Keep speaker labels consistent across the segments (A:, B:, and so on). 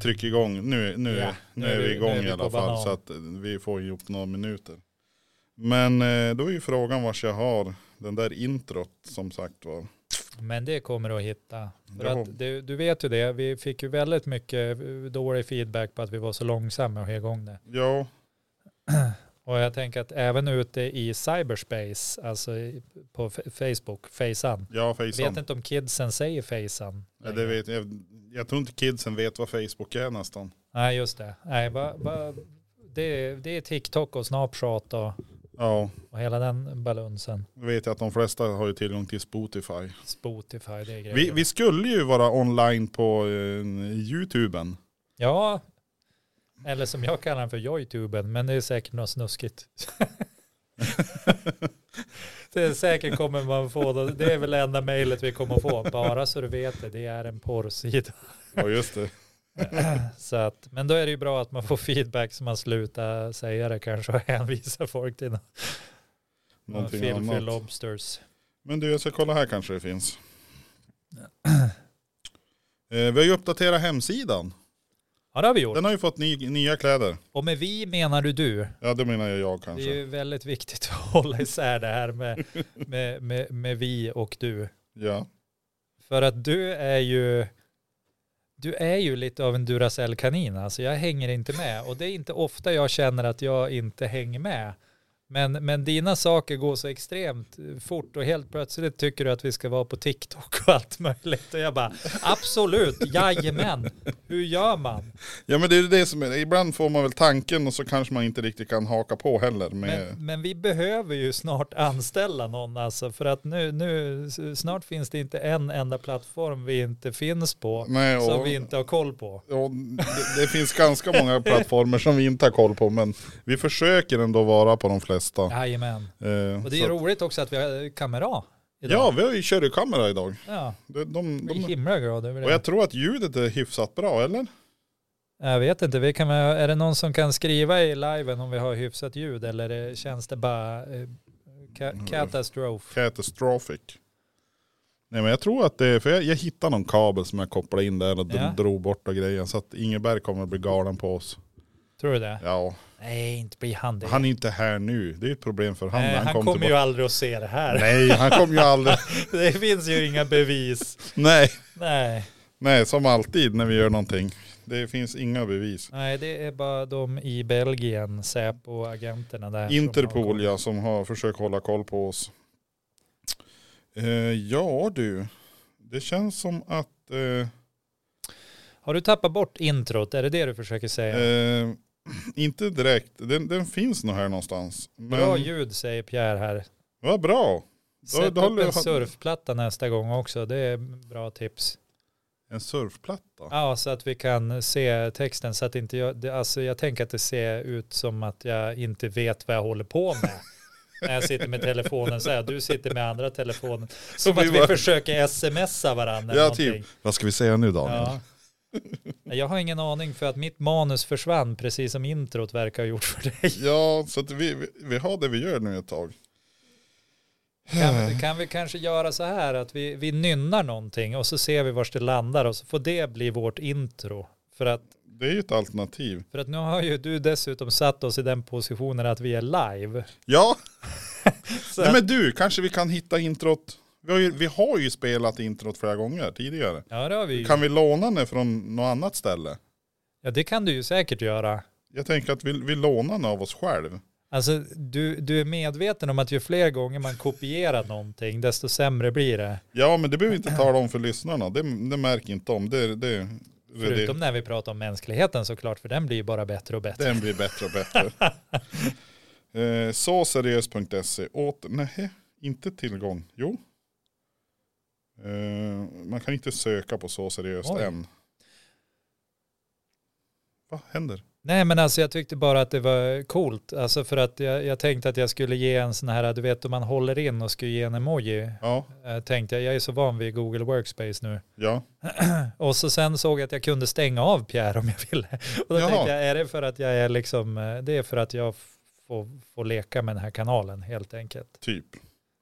A: tryck igång. Nu, nu,
B: Ja,
A: nu är vi igång
B: nu är vi
A: i
B: på
A: alla fall
B: banan.
A: så att eh, vi får ihop några minuter. Men eh, då är ju frågan vars jag har den där introt som sagt var.
B: Men det kommer du att hitta. För
A: Jaha.
B: att du, du vet ju det, vi fick ju väldigt mycket eh, dålig feedback på att vi var så långsamma att ha igång det.
A: Ja,
B: Och jag tänker att även ute i cyberspace, alltså i- på F- Facebook, Facean.
A: ja
B: Jag vet
A: Facean.
B: inte om kidsen säger Facean.
A: Ja, det vet jag, jag tror inte kidsen vet vad Facebook är nästan.
B: Nej, just det. Nej, va, va, det, det är TikTok och Snapchat och,
A: Ja,
B: och hela den balunsen.
A: jag vet att de flesta har ju tillgång till Spotify.
B: Spotify, det är grejer.
A: Vi, vi skulle ju vara online på eh, YouTuben.
B: Ja, eller som jag kallar den för Joytuben, men det är säkert något snuskigt. det är säkert kommer man få, det Det är väl det enda mejlet vi kommer få, bara så du vet det, det är en porrsida.
A: Ja just det.
B: Så att, men då är det ju bra att man får feedback så man slutar säga det kanske och hänvisa folk till
A: Någonting
B: Phil- Phil
A: annat.
B: Lobsters.
A: Men du jag ska kolla här kanske det finns. Eh, vi har ju uppdaterat hemsidan.
B: Ja det har vi gjort.
A: Den har ju fått ny, nya kläder.
B: Och med vi menar du du.
A: Ja det menar jag, jag
B: Det
A: kanske.
B: är ju väldigt viktigt att hålla isär det här med, med, med, med vi och du.
A: Ja.
B: För att du är ju du är ju lite av en Duracell-kanin. Alltså jag hänger inte med. Och det är inte ofta jag känner att jag inte hänger med. Men, men dina saker går så extremt eh, fort och helt plötsligt tycker du att vi ska vara på TikTok och allt möjligt. Och jag bara, absolut, jajamän, hur gör man?
A: ja men det är ju det som är, ibland får man väl tanken och så kanske man inte riktigt kan haka på heller. Med,
B: Men, men vi behöver ju snart anställa någon alltså, för att nu, nu snart finns det inte en enda plattform vi inte finns på
A: nej, och,
B: som vi inte har koll på.
A: Ja, det, det finns ganska många plattformar som vi inte har koll på men vi försöker ändå vara på de flesta.
B: Jajamän.
A: Eh,
B: Och det är
A: så
B: ju
A: att-
B: roligt också att vi har kamera
A: ja,
B: idag.
A: vi har ju körkamera idag.
B: Ja.
A: De, de,
B: Vi är
A: de,
B: himla glada över det.
A: och jag tror att ljudet är hyfsat bra eller?
B: Jag vet inte, vi kan, väl- är det någon som kan skriva i liven om vi har hyfsat ljud eller eh, känns det bara eh,
A: Mm.
B: ka- katastrof?
A: Catastrophic. Nej men jag tror att det är, för jag, jag hittade någon kabel som jag kopplade in där och
B: Ja.
A: dro- drog bort och grejen. Så att Ingeberg kommer att bli galen på oss.
B: Tror du det?
A: Ja,
B: Nej, inte blir han det.
A: han är inte här nu. Det är ett problem för han.
B: Nej,
A: när
B: han,
A: han kom
B: kommer ju
A: tillbaka.
B: aldrig att se det här.
A: Nej, han kommer ju aldrig.
B: Det finns ju inga bevis.
A: Nej.
B: Nej,
A: Nej, som alltid när vi gör någonting. Det finns inga bevis.
B: nej det är bara de i Belgien, Säpo-agenterna där. som har
A: Interpol
B: koll.
A: ja, som har försökt hålla koll på oss. Eh, ja du, det känns som att eh,
B: Har du tappat bort introt? Är det det du försöker säga?
A: eh, inte direkt, den, den finns nog här någonstans. Men,
B: Bra ljud säger Pierre här.
A: Vad bra. Då-
B: Sätt
A: då
B: upp
A: håller
B: en
A: jag-
B: surfplatta nästa gång också. Det är bra tips.
A: En surfplatta.
B: Ja, så att vi kan se texten så att inte jag, det, alltså jag tänker att det ser ut som att jag inte vet vad jag håller på med. När jag sitter med telefonen så här, du sitter med andra telefonen. Som
A: vi
B: att vi
A: bara-
B: försöker smsa varandra.
A: Ja,
B: eller
A: typ.
B: någonting.
A: Vad ska vi säga nu Daniel?
B: Ja. Nej, Jag har ingen aning för att mitt manus försvann precis som introt verkar ha gjort för dig.
A: Ja, så att vi, vi, vi har det vi gör nu ett tag.
B: Kan,
A: Mm.
B: vi- kan vi kanske göra så här att vi, vi nynnar någonting och så ser vi vars det landar och så får det bli vårt intro. För att,
A: Det är ju ett alternativ.
B: för att nu har ju du dessutom satt oss i den positionen att vi är live.
A: Ja,
B: Så
A: nej,
B: att,
A: men du, kanske vi kan hitta introt. Vi har ju, vi har ju spelat introt flera gånger tidigare.
B: ja, det har vi ju.
A: Kan vi låna det från något annat ställe?
B: Ja, det kan du ju säkert göra.
A: Jag tänker att vi, vi lånar den av oss själv.
B: Alltså, du, du är medveten om att ju fler gånger man kopierar någonting, desto sämre blir det.
A: Ja, men det behöver vi inte tala om för lyssnarna. Det, det märker inte om. Det, det, det,
B: Förutom när vi pratar om mänskligheten såklart, för den blir ju bara bättre och bättre.
A: den blir bättre och bättre. eh, så seriös.se. Åter, nej, inte tillgång. Jo. Eh, man kan inte söka på så seriöst
B: Oj.
A: än. Vad händer?
B: Nej men alltså jag tyckte bara att det var coolt. Alltså för att jag, jag tänkte att jag skulle ge en sån här, du vet om man håller in och skulle ge en emoji.
A: Ja,
B: Eh, tänkte jag, jag är så van vid Google Workspace nu.
A: ja.
B: Och så sen såg jag att jag kunde stänga av Pierre om jag ville. Och då
A: Jaha.
B: tänkte jag, är det för att jag är liksom, eh, det är för att jag f- får, får leka med den här kanalen helt enkelt.
A: Typ.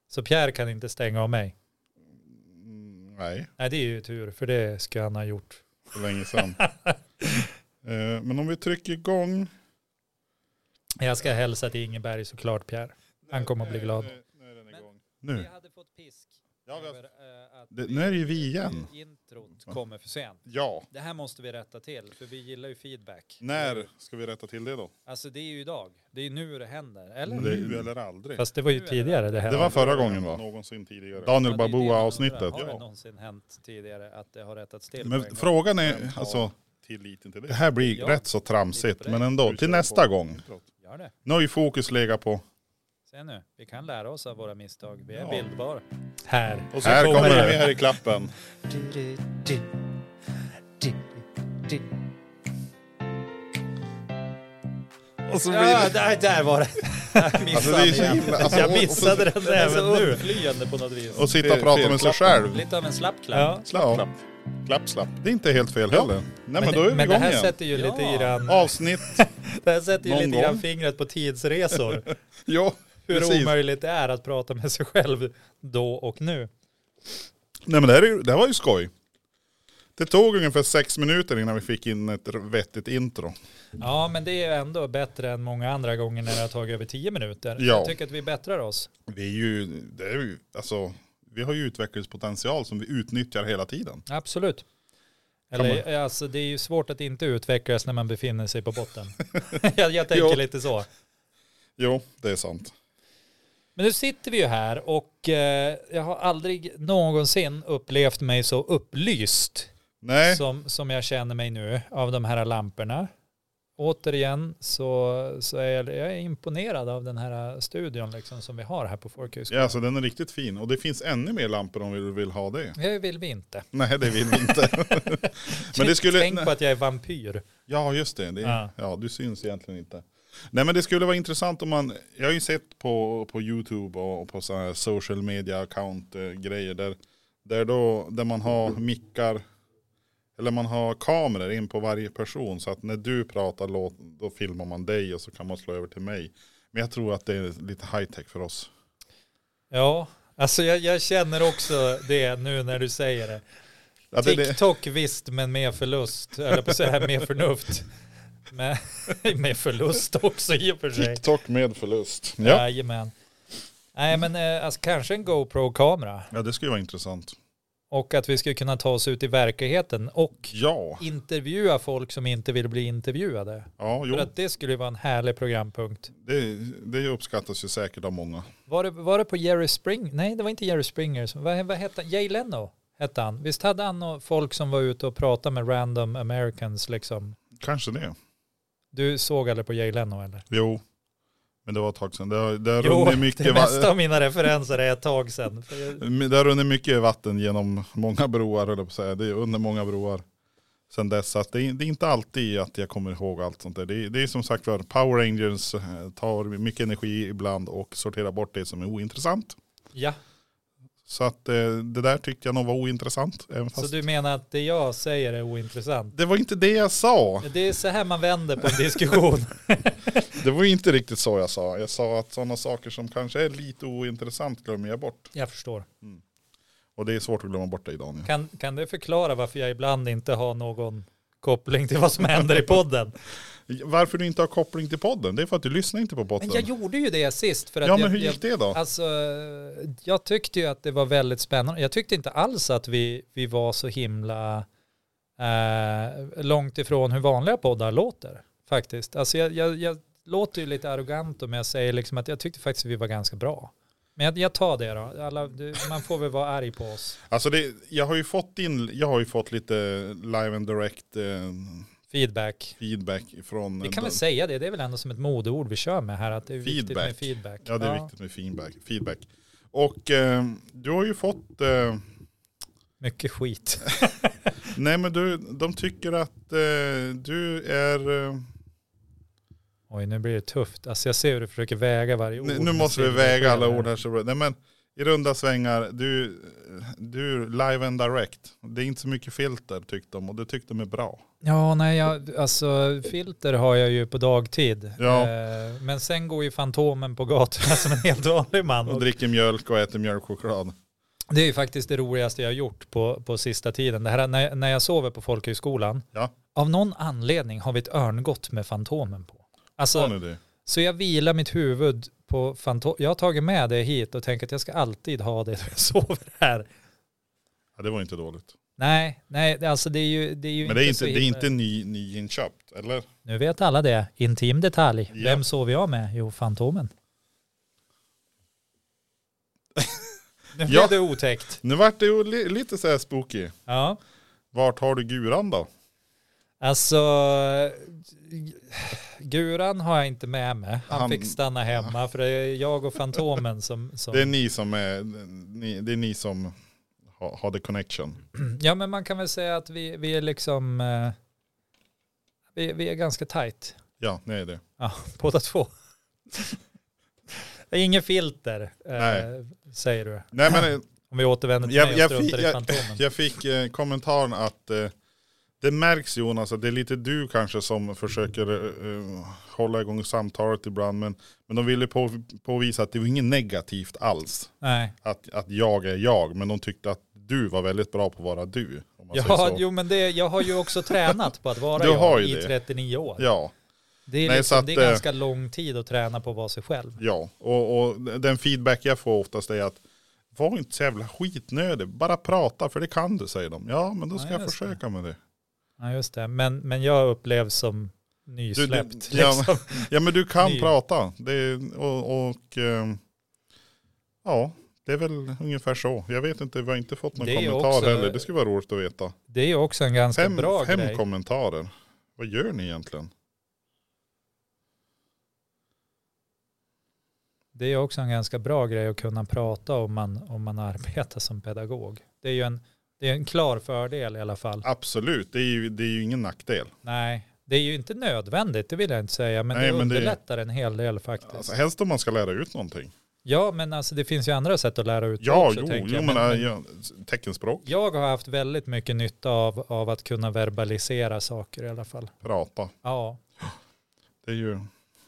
B: Så Pierre kan inte stänga av mig.
A: Mm, Nej,
B: Nej det är ju tur, för det skulle han ha gjort.
A: för länge sedan. Eh, men om vi trycker igång.
B: Jag ska hälsa till Ingeberg såklart Pierre. Han kommer att bli glad.
A: Nu, nu är den igång. Nu.
B: hade fått pisk. eh,
A: Ja, vi har-
B: att
A: Det- nu är det ju vi igen.
B: Introt kommer för sent.
A: Ja.
B: Det här måste vi rätta till, för vi gillar ju feedback.
A: När ska vi rätta till det då?
B: Alltså det är ju idag. Det är nu det händer, eller?
A: Det är ju eller aldrig.
B: Fast det var ju tidigare det här.
A: Det var förra gången va?
C: Någonsin tidigare.
A: Daniel
B: Ja, det är det man undrar.
A: Baboa-avsnittet.
B: Har det
A: Ja.
B: någonsin hänt tidigare att det har rättats till? på en
A: Men
B: gång?
A: frågan är, alltså,
C: Tilliten till
A: det
C: det.
A: här blir
B: Ja.
A: rätt så tramsigt, men ändå.
C: Du
A: Till
C: kör
A: nästa
C: på.
A: gång.
B: Gör det.
A: Nu har ju fokus legat på,
B: Se nu, vi kan lära oss av våra misstag. Vi är
A: Ja.
B: bildbara. Här.
C: Och så
A: Här
C: kommer
A: kommer det.
C: vi här i klappen. Och så
B: Ja,
C: blir det...
B: där, där var det. Där
A: alltså
B: missade
A: det är så
B: jag.
A: himla, alltså,
B: Jag
A: och- och-
B: missade den
A: är så
B: även nu. Flyende på något vis.
A: och sitta och prata med sig själv.
B: Lite av en slapp klapp.
A: Ja.
C: Klapp, klapp. Klapp, slapp.
A: Det är inte helt fel heller.
C: Nej men, då är vi
B: men det
C: igång
B: här
C: igen.
B: sätter ju lite
C: Ja.
B: grann,
A: Avsnitt,
B: det här sätter ju
A: Någon
B: lite grann
A: gång.
B: fingret på tidsresor.
A: ja
B: Hur
A: precis.
B: omöjligt det är att prata med sig själv då och nu.
A: Nej men det här, är ju- det här var ju skoj. Det tog ungefär sex minuter innan vi fick in ett r- vettigt intro.
B: Ja, men det är ju ändå bättre än många andra gånger när det har tagit över tio minuter.
A: Ja.
B: Jag tycker att vi bättrar oss.
A: Vi är ju, det är ju, alltså, vi har ju utvecklingspotential som vi utnyttjar hela tiden.
B: Absolut.
A: Kan
B: Eller, alltså, det är ju svårt att inte utvecklas när man befinner sig på botten. jag, jag tänker
A: Jo.
B: lite så.
A: Jo, det är sant.
B: Men nu sitter vi ju här och eh, jag har aldrig någonsin upplevt mig så upplyst
A: Nej,
B: som, som jag känner mig nu av de här lamporna. Återigen så, så är jag, jag är imponerad av den här studion liksom som vi har här på
A: ja,
B: folkhögskolan.
A: alltså, den är riktigt fin. Och det finns ännu mer lampor om vi vill ha det.
B: Det vill vi inte.
A: Nej, det vill vi inte. Men det skulle-
B: Tänk på att jag är vampyr.
A: Ja, just det. det
B: Ja.
A: ja. du syns egentligen inte. Nej, men det skulle vara intressant om man, jag har ju sett på, på YouTube och på sådana här social media account eh, grejer där, där, då, där man har mickar, eller man har kameror in på varje person så att när du pratar låt, då filmar man dig och så kan man slå över till mig. Men jag tror att det är lite high tech för oss.
B: Ja, alltså jag, jag känner också det nu när du säger det.
A: Att det, det,
B: TikTok visst, men med förlust. Eller på så här med förnuft. Med, med förlust också i och för sig.
A: TikTok med förlust. Ja.
B: Jajamän. Nej men eh, alltså, kanske en GoPro-kamera.
A: ja, det skulle vara intressant.
B: Och att vi skulle kunna ta oss ut i verkligheten och
A: Ja,
B: intervjua folk som inte vill bli intervjuade.
A: ja jo.
B: För att det skulle ju vara en härlig programpunkt.
A: Det, det uppskattas ju säkert av många.
B: Var det, var det på Jerry Spring? Nej, det var inte Jerry Springer. som- Vad, vad hette han? Jay Leno hette han. Visst hade han nå- folk som var ute och pratade med random americans liksom?
A: Kanske det.
B: Du såg aldrig på Jay Leno eller?
A: Jo, men det var ett tag sedan. Det har, det har
B: Jo,
A: runnit
B: det
A: mycket,
B: mesta
A: va-
B: av mina referenser är ett tag sedan. För jag-
A: det har runnit mycket vatten genom många broar, höll jag på att säga. Det är under många broar sedan dess. Så att det, är, det är inte alltid att jag kommer ihåg allt sånt där. Det, är- det är som sagt var, Power Rangers eh, tar mycket energi ibland och sorterar bort det som är ointressant.
B: Ja,
A: Så att eh, det där tyckte jag nog var ointressant. Även
B: så
A: fast
B: du menar att det jag säger är ointressant?
A: Det var inte det jag sa.
B: Det är så här man vänder på en diskussion.
A: Det var ju inte riktigt så jag sa. Jag sa att sådana saker som kanske är lite ointressant glömmer jag bort.
B: Jag förstår.
A: Och det är svårt att glömma bort dig Daniel.
B: Kan, kan det förklara varför jag ibland inte har någon koppling till vad som händer i podden?
A: Varför du inte har koppling till podden? Det är för att du lyssnar inte på podden.
B: Men jag gjorde ju det sist. För att
A: ja
B: jag,
A: men hur
B: jag,
A: gick det då?
B: Alltså, jag tyckte ju att det var väldigt spännande. Jag tyckte inte alls att vi, vi var så himla eh, långt ifrån hur vanliga poddar låter faktiskt. Alltså jag, jag, jag låter ju lite arrogant om jag säger liksom att jag tyckte faktiskt vi var ganska bra. Men jag, jag tar det då. Alla, du, man får väl vara arg på oss.
A: Alltså det, jag har ju fått in, jag har ju fått lite live and direct eh,
B: Feedback.
A: feedback från.
B: Vi kan väl säga det. Det är väl ändå som ett modeord vi kör med här. Att det är viktigt med
A: Feedback.
B: feedback.
A: Ja det är viktigt med feedback. feedback. Och eh, du har ju fått, eh,
B: Mycket skit.
A: nej men du, de tycker att eh, du är, eh,
B: Oj, nu blir det tufft. Alltså jag ser hur du försöker väga varje ord.
A: nu, nu måste vi väga alla ord här så bra. Nej men i runda svängar, du, du live and direct. Det är inte så mycket filter tyckte de och det tyckte de är bra.
B: Ja, nej, jag, alltså filter har jag ju på dagtid.
A: Ja.
B: Eh, men sen går ju Fantomen på gatorna som en helt vanlig man.
A: Och
B: Och,
A: dricker mjölk och äter mjölkchoklad.
B: Det är ju faktiskt det roligaste jag har gjort på, på sista tiden. Det här, när, när jag sover på folkhögskolan,
A: Ja.
B: av någon anledning har vi ett örngott med Fantomen på.
A: Har
B: Alltså,
A: ni det?
B: så jag vilar mitt huvud på Fantomen. Jag har tagit med det hit och tänker att jag ska alltid ha det när jag sover här.
A: Ja, det var inte dåligt.
B: Nej, nej, det- alltså det är ju, det är ju
A: Men det är
B: så
A: inte, det är
B: himla-
A: inte ny, nyinköpt, eller?
B: Nu vet alla det. Intim detalj.
A: Ja.
B: Vem sover jag med? Jo, Fantomen. nu blev
A: Ja.
B: det otäckt.
A: Nu vart det ju li, lite så här spooky.
B: Ja.
A: Vart har du guran då?
B: Alltså, G- Guran har jag inte med mig. Han,
A: Han-
B: fick stanna hemma för det är jag och Fantomen som... som
A: Det är ni som, är, ni, det är ni som har, har the connection.
B: Ja men man kan väl säga att vi, vi är liksom... eh, Vi, vi är ganska tajt,
A: Ja, ni är det.
B: båda två. Det är ingen filter, eh,
A: Nej.
B: säger du.
A: Nej men eh,
B: Om vi återvänder till
A: Jag-
B: mig och
A: jag
B: struntar
A: fi-
B: i Fantomen.
A: jag fick eh, kommentaren att eh, det märks Jonas att det är lite du kanske som försöker eh, hålla igång samtalet ibland. Men, men de ville på, påvisa att det var inget negativt alls.
B: Nej.
A: Att, att jag är jag. Men de tyckte att du var väldigt bra på att vara du. Om man säger
B: Ja,
A: så.
B: jo, men det, jag har ju också tränat på att vara
A: Du
B: jag
A: har ju
B: i
A: det.
B: 39 år.
A: Ja,
B: Det, är
A: Nej,
B: liksom,
A: så att,
B: det är
A: eh,
B: ganska lång tid att träna på att vara sig själv.
A: ja. Och, och den feedback jag får oftast är att var inte så jävla skitnödig, bara prata för det kan du säger de. Ja men då ska
B: Ja,
A: jag
B: just det.
A: försöka med det.
B: Ja, just det. Men, men jag upplevs som nysläppt.
A: Du- du- ja,
B: liksom.
A: Ja men du kan
B: Ny.
A: prata. Det, är- och, och ehm, ja, det är väl ungefär så. Jag vet inte, vi har inte fått någon
B: Det är
A: kommentar
B: också-
A: heller. Det skulle vara roligt att veta.
B: Det är ju också en ganska
A: Fem,
B: bra
A: fem
B: grej.
A: kommentarer. Vad gör ni egentligen?
B: Det är också en ganska bra grej att kunna prata om man, om man arbetar som pedagog. Det är ju en, det är en klar fördel i alla fall.
A: Absolut, det är ju, det är ju ingen nackdel.
B: Nej, det är ju inte nödvändigt, det vill jag inte säga, men
A: Nej,
B: det
A: men det-
B: underlättar en hel del faktiskt.
A: Alltså, helst om man ska lära ut någonting.
B: Ja, men alltså det finns ju andra sätt att lära ut
A: Ja,
B: också,
A: jo,
B: tänker
A: jo
B: jag.
A: men,
B: Men-
A: äh,
B: men
A: ja, teckenspråk,
B: jag har haft väldigt mycket nytta av, av att kunna verbalisera saker i alla fall.
A: prata.
B: Ja,
A: Det är ju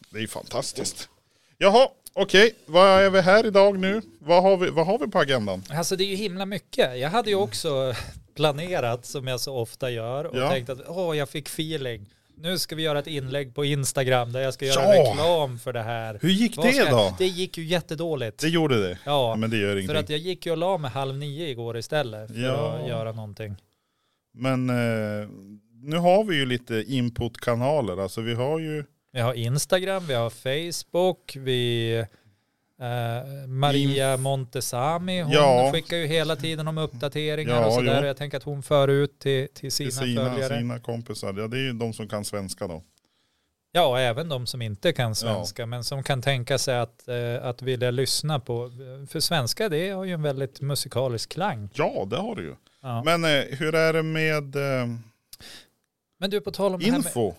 A: det är ju fantastiskt. Jaha, okej. Vad är vi här idag nu? Vad har vi, vad har vi på agendan?
B: alltså det är ju himla mycket. Jag hade ju
A: Mm.
B: också planerat, som jag så ofta gör, och
A: Ja.
B: tänkt att åh, jag fick feeling. Nu ska vi göra ett inlägg på Instagram där jag ska göra
A: Ja.
B: reklam för det här.
A: Hur gick
B: Vad
A: det
B: ska-
A: då?
B: Det gick ju jättedåligt.
A: Det gjorde det. Ja,
B: ja,
A: men det gör
B: för
A: ingenting.
B: att jag gick ju och la mig halv nio igår istället för
A: Ja.
B: att göra någonting.
A: Men eh, nu har vi ju lite inputkanaler. Alltså vi har ju
B: Vi har Instagram, vi har Facebook, vi... Eh, Maria Montesami, hon
A: Ja.
B: skickar ju hela tiden om uppdateringar
A: Ja,
B: och sådär.
A: jo.
B: Jag tänker att hon för ut till, till sina
A: till sina,
B: följare.
A: sina kompisar. Ja, det är ju de som kan svenska då.
B: Ja, och även de som inte kan svenska, men som kan tänka sig att, eh, att vilja lyssna på. För svenska, det har ju en väldigt musikalisk klang.
A: Ja, det har du ju.
B: Ja. Men,
A: Men eh, hur är det med eh,
B: du, på tal om det här med
A: info?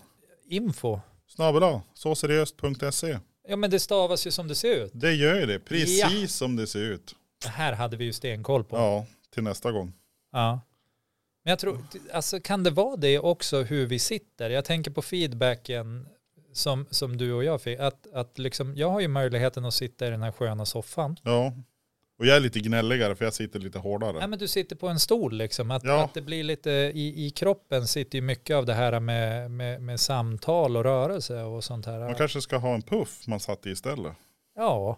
B: info.
A: Snabel A, såseriöst.se.
B: Ja, men det stavas ju som det ser ut.
A: Det gör ju det, precis
B: Ja.
A: som det ser ut.
B: Det här hade vi ju stenkoll på.
A: Ja, till nästa gång.
B: Ja. Men jag tror, alltså kan det vara det också hur vi sitter? Jag tänker på feedbacken som, som du och jag fick. Att, att liksom, jag har ju möjligheten att sitta i den här sköna soffan.
A: Ja. Och jag är lite gnälligare för jag sitter lite hårdare.
B: Nej men du sitter på en stol liksom. Att,
A: Ja.
B: att det blir lite, i, i kroppen sitter ju mycket av det här med, med, med samtal och rörelse och sånt här.
A: Man kanske ska ha en puff man satt i istället.
B: Ja,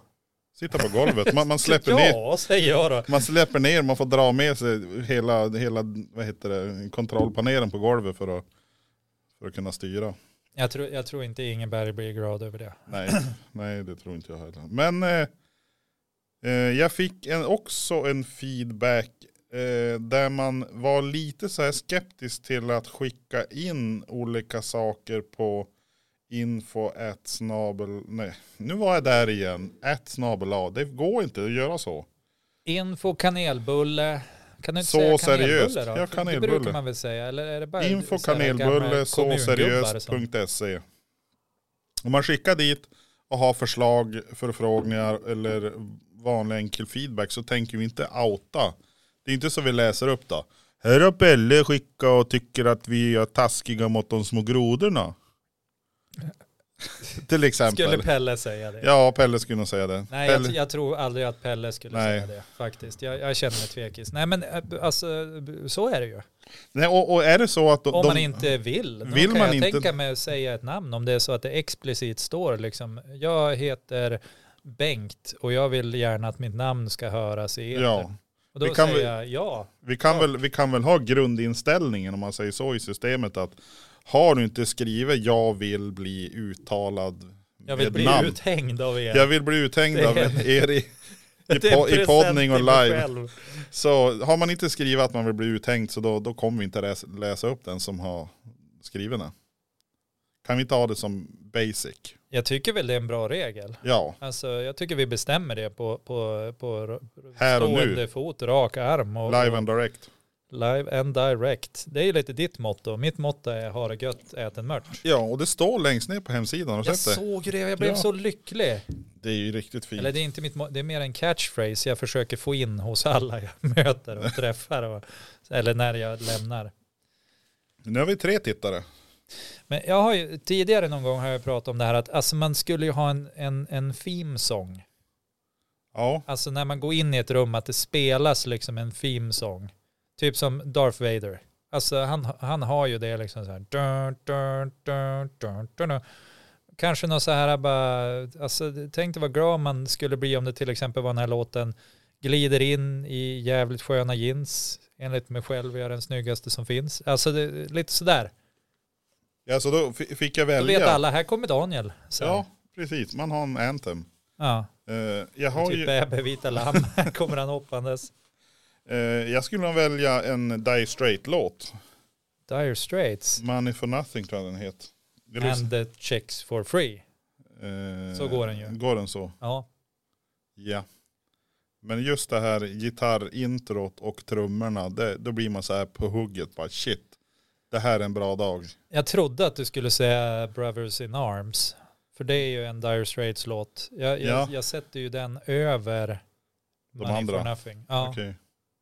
A: Sitta på golvet, man, man släpper ner
B: ja säger jag då.
A: Man släpper ner, man får dra med sig hela, hela vad heter det, kontrollpanelen på golvet för att, för att kunna styra.
B: Jag tror, jag tror inte Ingeberg blir glad över det.
A: Nej, nej det tror inte jag heller. Men eh, eh, jag fick en, också en feedback eh, där man var lite så här skeptisk till att skicka in olika saker på info at snabel, nej nu var jag där igen, at snabel A. det går inte att göra så.
B: Info kanelbulle. Kan du inte
A: Så
B: säga
A: seriöst.
B: kanelbulle då?
A: Ja,
B: Det
A: kanelbulle.
B: brukar man väl säga? Eller är det bara
A: Info
B: så här gamla
A: kanelbulle
B: kommungubbar som-
A: såseriöst.se E. Om man skickar dit och har förslag, förfrågningar eller vanlig enkel feedback så tänker vi inte outa. Det är inte så vi läser upp då. Här har Pelle skickat och tycker att vi är taskiga mot de små grodorna. Till exempel.
B: Skulle Pelle säga det?
A: Ja, Pelle skulle nog säga det.
B: Nej,
A: Pelle...
B: jag, jag tror aldrig att Pelle skulle
A: Nej.
B: säga det faktiskt. Jag, jag känner mig tvekis. Nej, men eh, alltså, så är det ju.
A: Nej, och, och är det så att de,
B: Om man
A: de-
B: inte vill. Då
A: Vill
B: kan
A: man
B: jag
A: inte-
B: tänka mig att säga ett namn om det är så att det explicit står liksom. Jag heter Bengt och jag vill gärna att mitt namn ska höras i etern.
A: ja,
B: och då
A: vi kan
B: säger
A: väl-
B: jag ja.
A: vi, kan väl, vi kan väl ha grundinställningen om man säger så i systemet att har du inte skrivit jag vill bli uttalad
B: Jag vill
A: med
B: bli
A: namn.
B: uthängd av er.
A: Jag vill bli uthängd
B: Det är-
A: av er i, i,
B: Det är en
A: po- i
B: present
A: poddning och
B: till mig
A: live.
B: själv.
A: Så har man inte skrivit att man vill bli uthängd så då, då kommer vi inte läsa, läsa upp den som har skrivit den. Kan vi inte ha det som basic?
B: Jag tycker väl det är en bra regel.
A: Ja,
B: Alltså, jag tycker vi bestämmer det på, på, på
A: här och nu.
B: stående fot, rak arm och
A: Live and direct.
B: live and direct. Det är ju lite ditt motto. Mitt motto är ha det gött, ät en mört.
A: Ja, och det står längst ner på hemsidan. Har du
B: Jag
A: sett det?
B: såg ju det, jag blev
A: Ja.
B: så lycklig.
A: Det är ju riktigt fint.
B: Eller det är inte mitt mo- det är mer en catchphrase jag försöker få in hos alla jag möter och träffar. Och, eller när jag lämnar.
A: Nu har vi tre tittare.
B: Men jag har ju, tidigare någon gång har jag pratat om det här att alltså man skulle ju ha en, en, en theme song.
A: Ja,
B: Alltså när man går in i ett rum att det spelas liksom en theme song. Typ som Darth Vader. Alltså han, han har ju det liksom så här. Dun, dun, dun, dun, dun, dun. Kanske något så här bara, alltså tänk dig vad glad man skulle bli om det till exempel var den här låten glider in i jävligt sköna jeans. Enligt mig själv är jag den snyggaste som finns. Alltså det, lite sådär.
A: ja så då fi- fick jag
B: Då vet
A: välja.
B: alla, här kommer Daniel. Så.
A: Ja, precis. Man har en anthem.
B: ja.
A: Eh, jag, har
B: Typ
A: ju,
B: Ebbe Vita Lamm, här kommer han hoppandes.
A: eh, jag skulle nog välja en Die Straight-låt.
B: Dire Straits.
A: Money for Nothing tror jag den heter. Vill du-
B: And the checks for free.
A: Eh,
B: Så går den ju.
A: Går den så?
B: Ja,
A: Ja. Men just det här gitarrintrot och trummorna, det, då blir man så här på hugget bara shit. Det här är en bra dag.
B: jag trodde att du skulle säga Brothers in Arms. För det är ju en Dire Straits-låt. Jag, jag,
A: Ja.
B: jag sätter ju den över
A: De
B: Money
A: andra.
B: for Nothing. Ja,
A: Okej.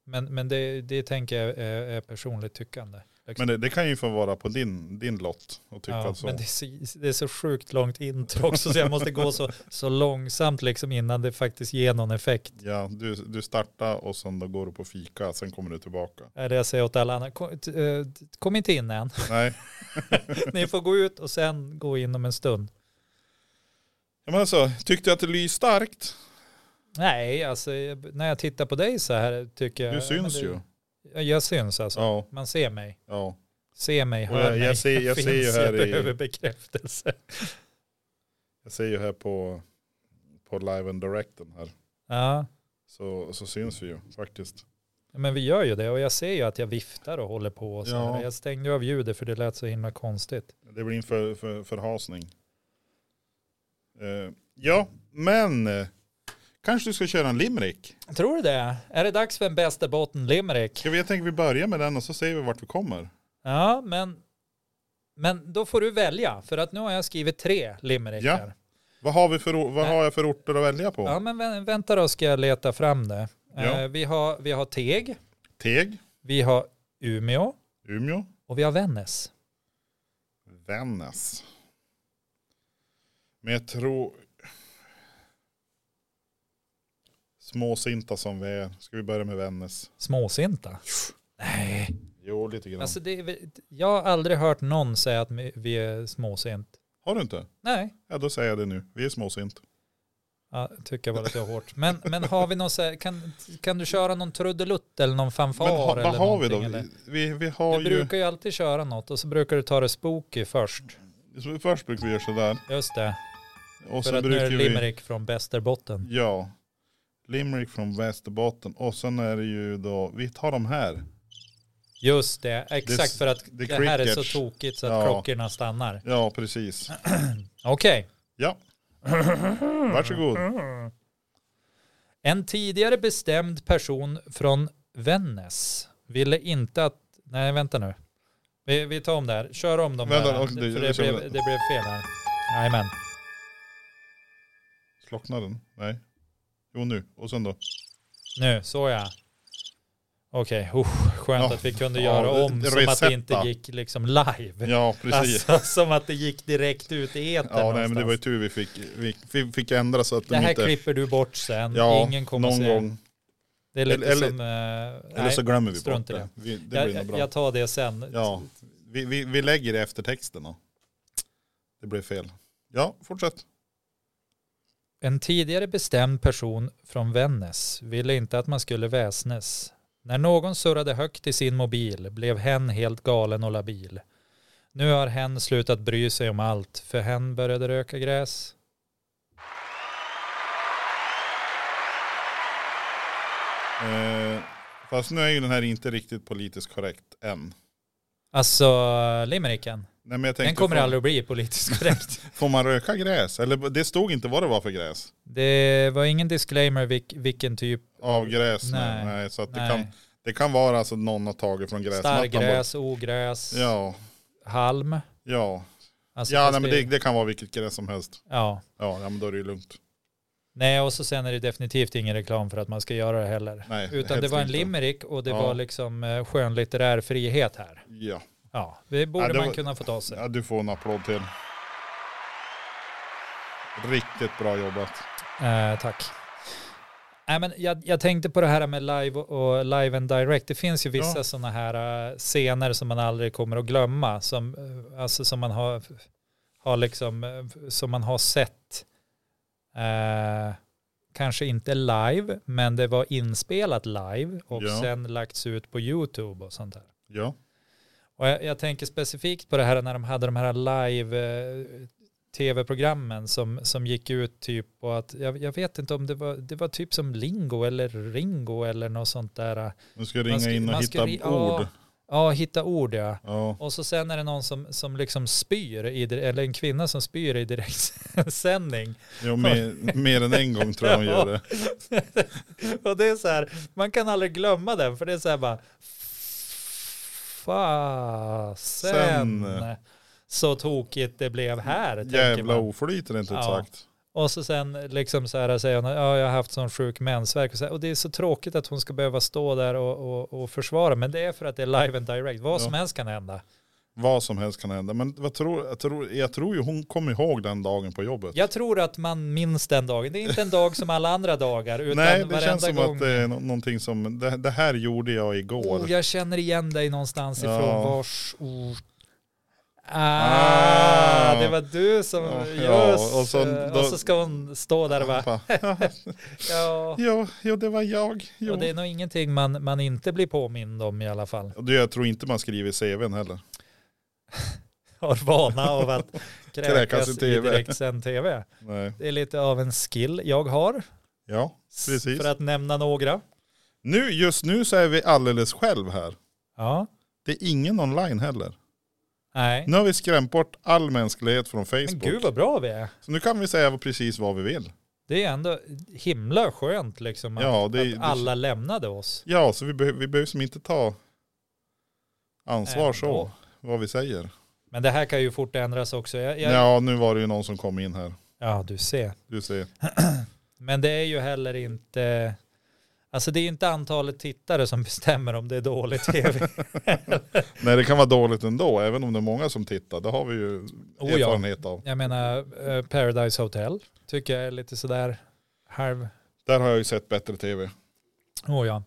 B: Men, men det, det tänker jag är, är personligt tyckande.
A: Men det, det kan ju få vara på din, din lott och tycka
B: Ja,
A: Typ så.
B: men det är, så, det är så sjukt långt intro också så jag måste gå så, så långsamt liksom innan det faktiskt ger någon effekt.
A: Ja, du, du startar och sen då går du på fika, sen kommer du tillbaka.
B: Det är det jag säger åt alla andra. Kom, t- eh, kom inte in än.
A: Nej,
B: Ni får gå ut och sen gå in om en stund.
A: ja, men alltså, tyckte jag att det lyste starkt?
B: Nej, alltså jag- när jag tittar på dig så här tycker jag...
A: Du syns
B: men det-
A: ju.
B: Ja, Jag syns alltså.
A: Ja,
B: Man ser mig.
A: ja.
B: Se mig,
A: Och
B: hör
A: jag-
B: mig.
A: jag ser- jag
B: finns,
A: ser ju här
B: jag
A: i-
B: behöver bekräftelse.
A: Jag ser ju här på, på live and directen här.
B: Ja,
A: Så, så syns vi ju faktiskt.
B: men vi gör ju det och jag ser ju att jag viftar och håller på. Och så
A: Ja.
B: här. Jag stängde ju av ljudet för det lät så himla konstigt.
A: Det blir en för, för, förhasning. Eh, ja, men eh, kanske du ska köra en limerick.
B: Tror du det? Är det dags för en bästa botten limerick?
A: Ska vi, jag tänker vi börjar med den och så ser vi vart vi kommer.
B: Ja, men, men då får du välja. För att nu har jag skrivit tre limerickar.
A: Ja. Vad har, vi för, o- vad
B: Nej.
A: har jag för orter att välja på?
B: Ja, men vä- vänta då ska jag leta fram det.
A: Ja.
B: Eh, vi, har, vi har Teg,
A: Teg,
B: vi har Umeå
A: Umeå,
B: och vi har Vännäs.
A: Vännäs. Men jag tror... Småsinta som vi är. Ska vi börja med Vännäs?
B: Småsinta. Nej,
A: Jo, lite grann.
B: alltså det, är väl- jag har aldrig hört någon säga att vi är småsint.
A: Har du inte?
B: Nej,
A: Ja, då säger jag det nu. Vi är småsint.
B: ja, tycker jag var lite hårt. Men, men har vi någon så här, kan, kan du köra någon trudelutt eller någon fanfar?
A: Men ha,
B: eller
A: vad har vi då?
B: någonting, eller?
A: Vi, vi har
B: Du
A: ju...
B: brukar ju alltid köra något och så brukar du ta det spooky först.
A: Så först brukar vi göra sådär.
B: Just det,
A: Och
B: för
A: sen
B: att nu är
A: brukar
B: det
A: vi...
B: limerick från Västerbotten.
A: Ja. Limerick från Västerbotten. Och sen är det ju då, vi tar de här.
B: Just det, exakt
A: Det-
B: för att
A: det
B: det, här är så
A: crickets.
B: tokigt så att
A: Ja.
B: klockorna stannar.
A: Ja, precis.
B: Okej.
A: Ja.
B: Mm.
A: Varsågod.
B: En tidigare bestämd person från Vännäs ville inte att... Nej, vänta nu. Vi, vi tar om det här. Kör om dem
A: Vänta,
B: där.
A: och det-
B: för det,
A: jag känner
B: blev,
A: det.
B: det blev fel här. Jajamän.
A: Slocknade den? Nej. Jo, nu. Och sen då?
B: Nu, så ja. Okej, usch, skönt
A: Ja,
B: att vi kunde
A: ja,
B: göra om
A: det-
B: som att det inte
A: resetta.
B: gick liksom live.
A: Ja, precis.
B: Alltså, som att det gick direkt ut i etern
A: ja, nej, men det var ju
B: någonstans.
A: tur vi fick, vi, vi fick ändra så att
B: Det här
A: de inte...
B: klipper du bort sen.
A: ja,
B: Ingen kommer
A: någon
B: se.
A: gång.
B: Det är lite
A: Eller-
B: som... eh,
A: Eller
B: nej,
A: så glömmer vi bort
B: strunt i
A: det.
B: det.
A: Vi, det blir nog
B: jag,
A: bra.
B: jag tar det sen.
A: ja, vi, vi, vi lägger det efter texten då. Det blev fel. Ja, fortsätt.
B: En tidigare bestämd person från Vännäs ville inte att man skulle väsnes. När någon surrade högt i sin mobil blev hen helt galen och labil. Nu har hen slutat bry sig om allt, för hen började röka gräs.
A: Eh, fast nu är ju den här inte riktigt politiskt korrekt än.
B: Alltså, limericken.
A: Nej, men jag tänkte,
B: Den kommer
A: får,
B: aldrig att bli politiskt korrekt.
A: får man röka gräs? Eller det stod inte vad det var för gräs.
B: Det var ingen disclaimer vilk, vilken typ.
A: Av gräs? Nej.
B: Nej.
A: nej så att det,
B: Nej.
A: kan, det kan vara alltså någon har tagit från gräsmattan.
B: Starrgräs, ogräs,
A: bara. Ja,
B: halm.
A: ja.
B: Alltså,
A: Ja,
B: fast
A: nej, men det, det kan vara vilket gräs som helst.
B: ja.
A: Ja, ja men då är det ju lugnt.
B: Nej, och så sen är det definitivt ingen reklam för att man ska göra det heller.
A: Nej,
B: Utan
A: helst
B: det var en
A: inte.
B: limerick och det
A: Ja.
B: var liksom eh, skönlitterär frihet här.
A: Ja.
B: Ja, det borde
A: Ja, det
B: man
A: var-
B: kunna få ta sig.
A: ja, du får en applåd till. Riktigt bra jobbat.
B: Eh, tack. Nej, men jag, jag tänkte på det här med live och, och live and direct. Det finns ju vissa
A: Ja.
B: sådana här eh, scener som man aldrig kommer att glömma. Som, eh, alltså, som, man, har, har liksom, eh, som man har sett. Eh, kanske inte live, men det var inspelat live och
A: Ja.
B: sen lagts ut på YouTube och sånt där.
A: Ja,
B: Och jag, jag tänker specifikt på det här när de hade de här live-tv-programmen som, som gick ut typ och att jag, jag vet inte om det var, det var typ som Lingo eller Ringo eller något sånt där. eh,
A: nu ska jag ringa
B: ska-
A: in och
B: man ska
A: hitta
B: ri- ja.
A: ord.
B: Ja, hitta ord ja.
A: Ja.
B: Och så sen är det någon som, som liksom spyr, i, dir- eller en kvinna som spyr i direktsändning.
A: Jo, mer, mer än en gång tror jag hon gör det.
B: och det är så här, man kan aldrig glömma den för det är så här bara fasen
A: Sen.
B: så tokigt det blev här. tänker
A: Jävla
B: man.
A: oflyt rent ut
B: Ja.
A: sagt.
B: Och så sen liksom så här säger hon, ja jag har haft sån sjuk mensvärk och, så här, och det är så tråkigt att hon ska behöva stå där och, och, och försvara, men det är för att det är live and direct, vad
A: Ja.
B: som helst kan hända.
A: Vad som helst kan hända. Men vad tror, jag, tror, jag tror ju hon kom ihåg den dagen på jobbet.
B: Jag tror att man minns den dagen, det är inte en dag som alla andra dagar, utan
A: Nej, det
B: varenda
A: känns som
B: gång.
A: att det är nå- någonting som, det, det här gjorde jag igår.
B: Oh, jag känner igen dig någonstans
A: Ja.
B: ifrån vars ort. Ah,
A: Ah.
B: det var du som,
A: Ja,
B: just.
A: ja,
B: och,
A: och
B: så,
A: så- då-
B: och så ska hon stå där och bara,
A: Pappa.
B: ja.
A: Jo, jo, det var jag. Jo.
B: Och det är nog ingenting man, man inte blir påmind om i alla fall.
A: Du, jag tror inte man skriver i CVn heller.
B: Har vana av att kräkas
A: Kräkas i
B: i
A: TV.
B: direktsänd tv.
A: Nej.
B: Det är lite av en skill jag har,
A: Ja, precis.
B: för att nämna några.
A: Nu, just nu så är vi alldeles själv här.
B: Ja,
A: Det är ingen online heller.
B: nej.
A: Nu har vi skrämt bort all mänsklighet från
B: Men
A: Facebook.
B: gud vad bra vi är.
A: Så nu kan vi säga precis vad vi vill.
B: Det är ändå himla skönt liksom att,
A: Ja, det- det-
B: att alla lämnade oss.
A: Ja, så vi, be- vi behöver som inte ta ansvar
B: Ändå.
A: så, vad vi säger.
B: Men det här kan ju fort ändras också. Jag, jag,
A: Ja, nu var det ju någon som kom in här.
B: Ja, du ser.
A: Du ser.
B: Men det är ju heller inte... Alltså det är ju inte antalet tittare som bestämmer om det är dålig tv.
A: Nej, det kan vara dåligt ändå, även om det är många som tittar. Det har vi ju
B: Oh, ja.
A: erfarenhet av.
B: Jag menar, eh, Paradise Hotel tycker jag är lite sådär halv...
A: Där har jag ju sett bättre tv.
B: Oh, ja.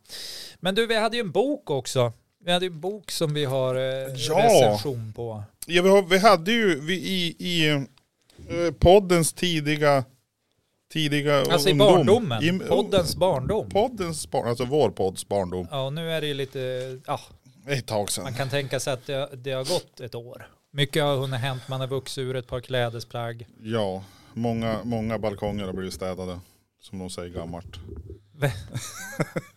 B: Men du, vi hade ju en bok också. Vi hade ju en bok som vi har eh,
A: Ja.
B: recension på.
A: Ja, vi, har, vi hade ju vi, i, i eh, poddens tidiga, tidiga
B: Alltså i
A: ungdom.
B: barndomen.
A: I- oh.
B: Poddens barndom.
A: Poddens barn, alltså vår podds barndom.
B: Ja, och nu är det ju lite... Ja,
A: Ett tag sedan.
B: man kan tänka sig att det, det har gått ett år. Mycket har hunnit hänt, man har vuxit ur ett par klädesplagg.
A: Ja, många, många balkonger har blivit städade. Som de säger gammalt.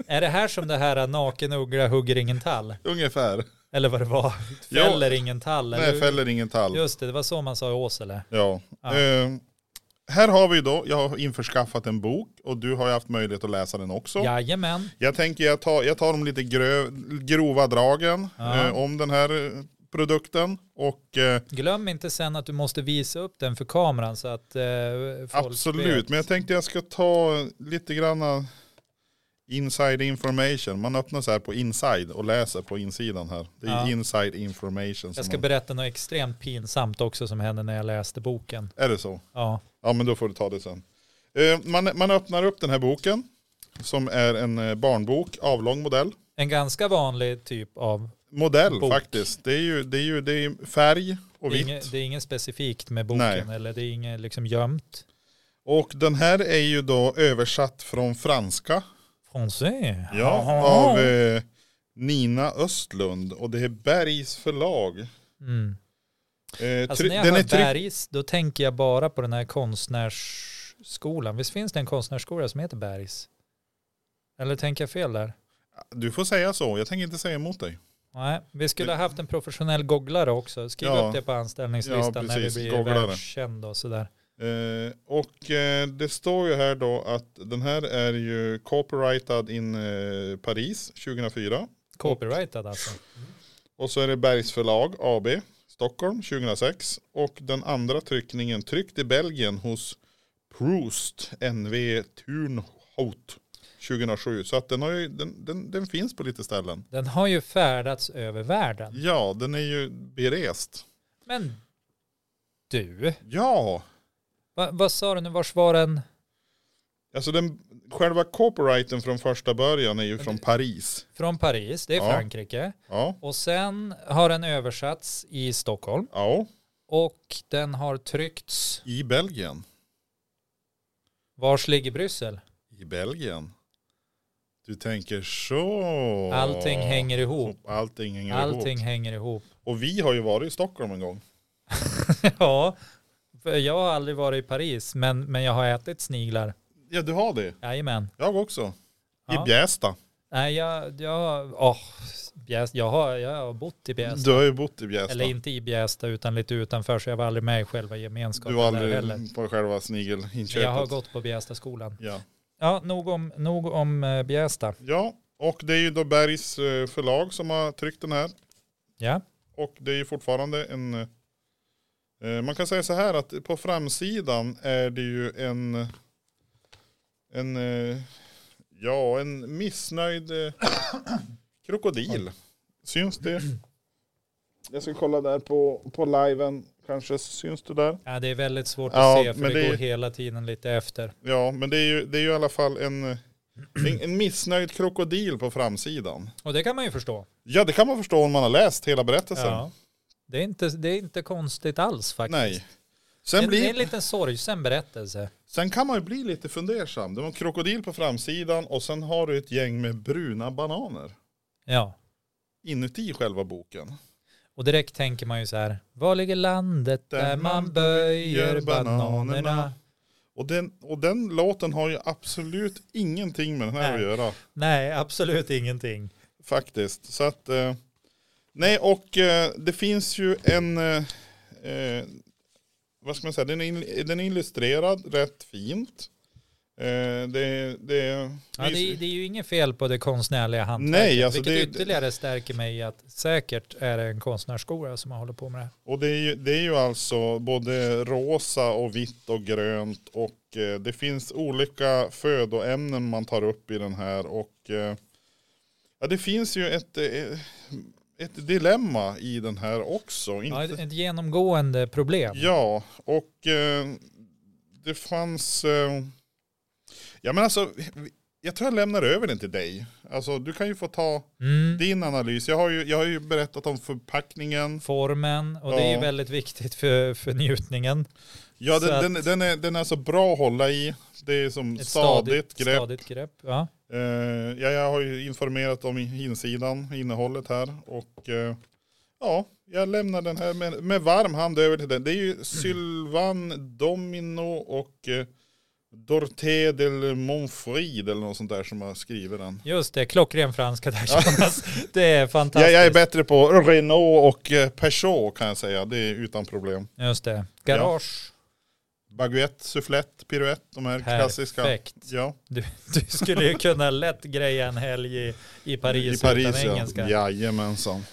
B: Är det här som det här naken uggla hugger ingen tall?
A: Ungefär.
B: Eller vad det var?
A: Ja.
B: Fäller ingen tall? Eller?
A: Nej, fäller ingen tall.
B: Just det, det var så man sa i Åsele.
A: Ja.
B: Ja.
A: Eh, här har vi då, jag har införskaffat en bok och du har ju haft möjlighet att läsa den också.
B: Jajamän.
A: Jag tänker jag tar, jag tar de lite grö, grova dragen
B: Ja.
A: eh, om den här eh, produkten. Och eh,
B: Glöm inte sen att du måste visa upp den för kameran så att eh, folk
A: Absolut,
B: vet.
A: men jag tänkte jag ska ta lite grann Inside information. Man öppnar så här på inside och läser på insidan här. Det är
B: Ja.
A: inside information.
B: Jag
A: som
B: ska
A: man-
B: berätta något extremt pinsamt också som hände när jag läste boken.
A: är det så?
B: Ja,
A: Ja men då får du ta det sen. Eh, Man, man öppnar upp den här boken. Som är en eh, barnbok, avlång modell.
B: en ganska vanlig typ av,
A: Modell
B: Bok.
A: faktiskt. Det är ju, det är ju det är ju färg och
B: det är,
A: vitt.
B: inget, det är inget specifikt med boken eller det är inget liksom gömt.
A: Och den här är ju då översatt från franska.
B: Français.
A: Av eh, Nina Östlund. Och det är Bergs förlag. Eh,
B: Mm. Alltså
A: try-
B: när jag
A: den
B: hör
A: är tryckt.
B: Bergs, då tänker jag bara på den här konstnärsskolan. Visst finns det en konstnärsskola som heter Bergs? Eller tänker jag fel där?
A: Du får säga så, jag tänker inte säga emot dig.
B: Nej, vi skulle ha haft en professionell gogglare också. Skriv
A: Ja.
B: upp det på anställningslistan
A: Ja,
B: när vi
A: precis.
B: blir
A: Gogglare.
B: världskända och sådär.
A: Eh, och eh, det står ju här då att den här är ju copyrightad in eh, Paris 2004.
B: Copyrightad alltså.
A: Och så är det Bergs förlag AB Stockholm 2006. Och den andra tryckningen tryckt i Belgien hos Proust NV Turnhout 2007. Så att den, har ju, den, den, den finns på lite ställen.
B: Den har ju färdats över världen.
A: Ja, den är ju berest.
B: Men du,
A: Ja,
B: va, vad sa du nu, vars var den?
A: alltså den, själva copyrighten från första början är ju från Paris.
B: Från Paris, det är
A: Ja.
B: Frankrike.
A: Ja,
B: Och sen har den översatts i Stockholm.
A: ja
B: Och den har tryckts,
A: i Belgien.
B: vars ligger Bryssel?
A: I Belgien. Du tänker så.
B: Allting hänger ihop.
A: Allting hänger
B: Allting
A: ihop.
B: hänger ihop.
A: Och vi har ju varit i Stockholm en gång.
B: Ja, för jag har aldrig varit i Paris, men, men jag har ätit sniglar.
A: Ja du har det.
B: Jajamän.
A: Jag också.
B: Ja.
A: I Bjästa.
B: Nej, jag, jag, åh, Bjäs, jag, har, jag har bott i Bjästa.
A: Du har ju bott i Bjästa.
B: Eller inte i Bjästa utan lite utanför så jag var aldrig med i själva gemenskapen
A: du var
B: där heller.
A: aldrig på själva
B: Men
A: snigelinköpet.
B: jag har gått på Bjästaskolan.
A: Ja.
B: Ja, nog om, nog om eh, Bjästa.
A: ja, och det är ju då Bergs eh, förlag som har tryckt den här.
B: Ja,
A: Och det är ju fortfarande en... eh, Man kan säga så här att på framsidan är det ju en... En... eh, Ja, en missnöjd eh, krokodil. Syns det? Jag ska kolla där på, på liven. Kanske syns det där.
B: ja det är väldigt svårt
A: Ja,
B: att se för
A: men
B: det,
A: det är-
B: går hela tiden lite efter.
A: Ja, men det är ju, det är ju i alla fall en, eh, en, en missnöjd krokodil på framsidan.
B: Och det kan man ju förstå.
A: Ja, det kan man förstå om man har läst hela berättelsen.
B: Ja. Det, är inte, det är inte konstigt alls faktiskt.
A: Nej.
B: Det
A: Sen
B: är-
A: blir...
B: Det är en liten sorgsen berättelse.
A: Sen kan man ju bli lite fundersam. Det var en krokodil på framsidan och sen har du ett gäng med bruna bananer
B: Ja.
A: inuti själva boken.
B: Och direkt tänker man ju så här, var ligger landet där,
A: Där
B: man
A: man
B: böjer
A: böjer
B: bananerna?
A: bananerna? Och den, och den låten har ju absolut ingenting med den här
B: Nej.
A: att göra.
B: Nej, absolut ingenting.
A: Faktiskt. Så att, eh, nej och eh, det finns ju en, eh, eh, vad ska man säga, den är, in- den är illustrerad rätt fint. Eh, det, det,
B: Ja, det, är- det är ju inget fel på det konstnärliga hantverket.
A: Nej, alltså
B: vilket
A: det-
B: ytterligare stärker mig i att säkert är det en konstnärsskola som håller på med det. här.
A: Och det är, ju, det är ju alltså både rosa och vitt och grönt och eh, det finns olika födoämnen man tar upp i den här och eh, ja, det finns ju ett, eh, ett dilemma i den här också.
B: Ja,
A: Inte,
B: ett, ett genomgående problem.
A: ja, och eh, det fanns, eh, ja men alltså, jag tror jag lämnar över den till dig. Alltså du kan ju få ta
B: Mm,
A: din analys. Jag har ju, jag har ju berättat om förpackningen.
B: formen, och det är ju
A: Ja.
B: väldigt viktigt för, för njutningen.
A: Ja,
B: Så att-
A: den, den, den, är, den är så bra att hålla i. Det är som
B: Ett
A: stadigt, grepp.
B: stadigt grepp. Ja.
A: Eh, ja, jag har ju informerat om insidan, innehållet här. Och eh, ja, jag lämnar den här med, med varm hand över till den. Det är ju Sylvan Domino och eh, Dorté del Monfrid eller något sånt där som har skrivit den.
B: Just det, klockren franska där Jonas. Det är
A: Jag,
B: fantastiskt.
A: jag är bättre på Renault och eh, Peugeot kan jag säga. Det är utan problem.
B: Just det, garage.
A: Baguette, soufflette, piruette, de här klassiska.
B: Perfekt.
A: Ja.
B: Du, du skulle ju kunna lätt greja en helg i, i Paris, utan
A: ja.
B: engelska.
A: Jajamensan.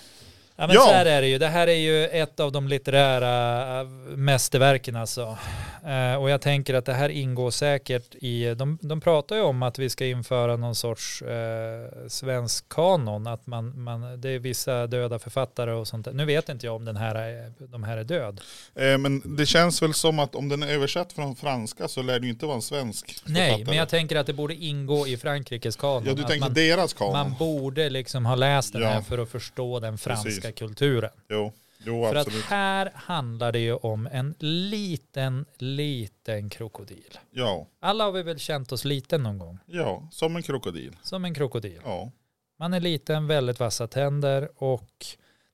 B: Ja men
A: Ja.
B: så här är det ju. Det här är ju ett av de litterära eh, mästerverken alltså. Eh, och jag tänker att det här ingår säkert i, de, de pratar ju om att vi ska införa någon sorts eh, svensk kanon, att man, man, det är vissa döda författare och sånt där. Nu vet inte jag om den här, är- de här är död.
A: Eh, men det känns väl som att om den är översatt från franska så lär det ju inte vara en svensk
B: Nej,
A: författare.
B: men jag tänker att det borde ingå i Frankrikes kanon.
A: Ja, du
B: att
A: tänker
B: man,
A: deras kanon.
B: man borde liksom ha läst den
A: Ja.
B: här för att förstå den franska
A: Precis.
B: kulturen.
A: Jo, jo
B: För
A: absolut.
B: att här handlar det ju om en liten, liten krokodil.
A: Ja,
B: Alla har vi väl känt oss liten någon gång,
A: ja, som en krokodil.
B: som en krokodil.
A: Ja,
B: Man är liten, väldigt vassa tänder och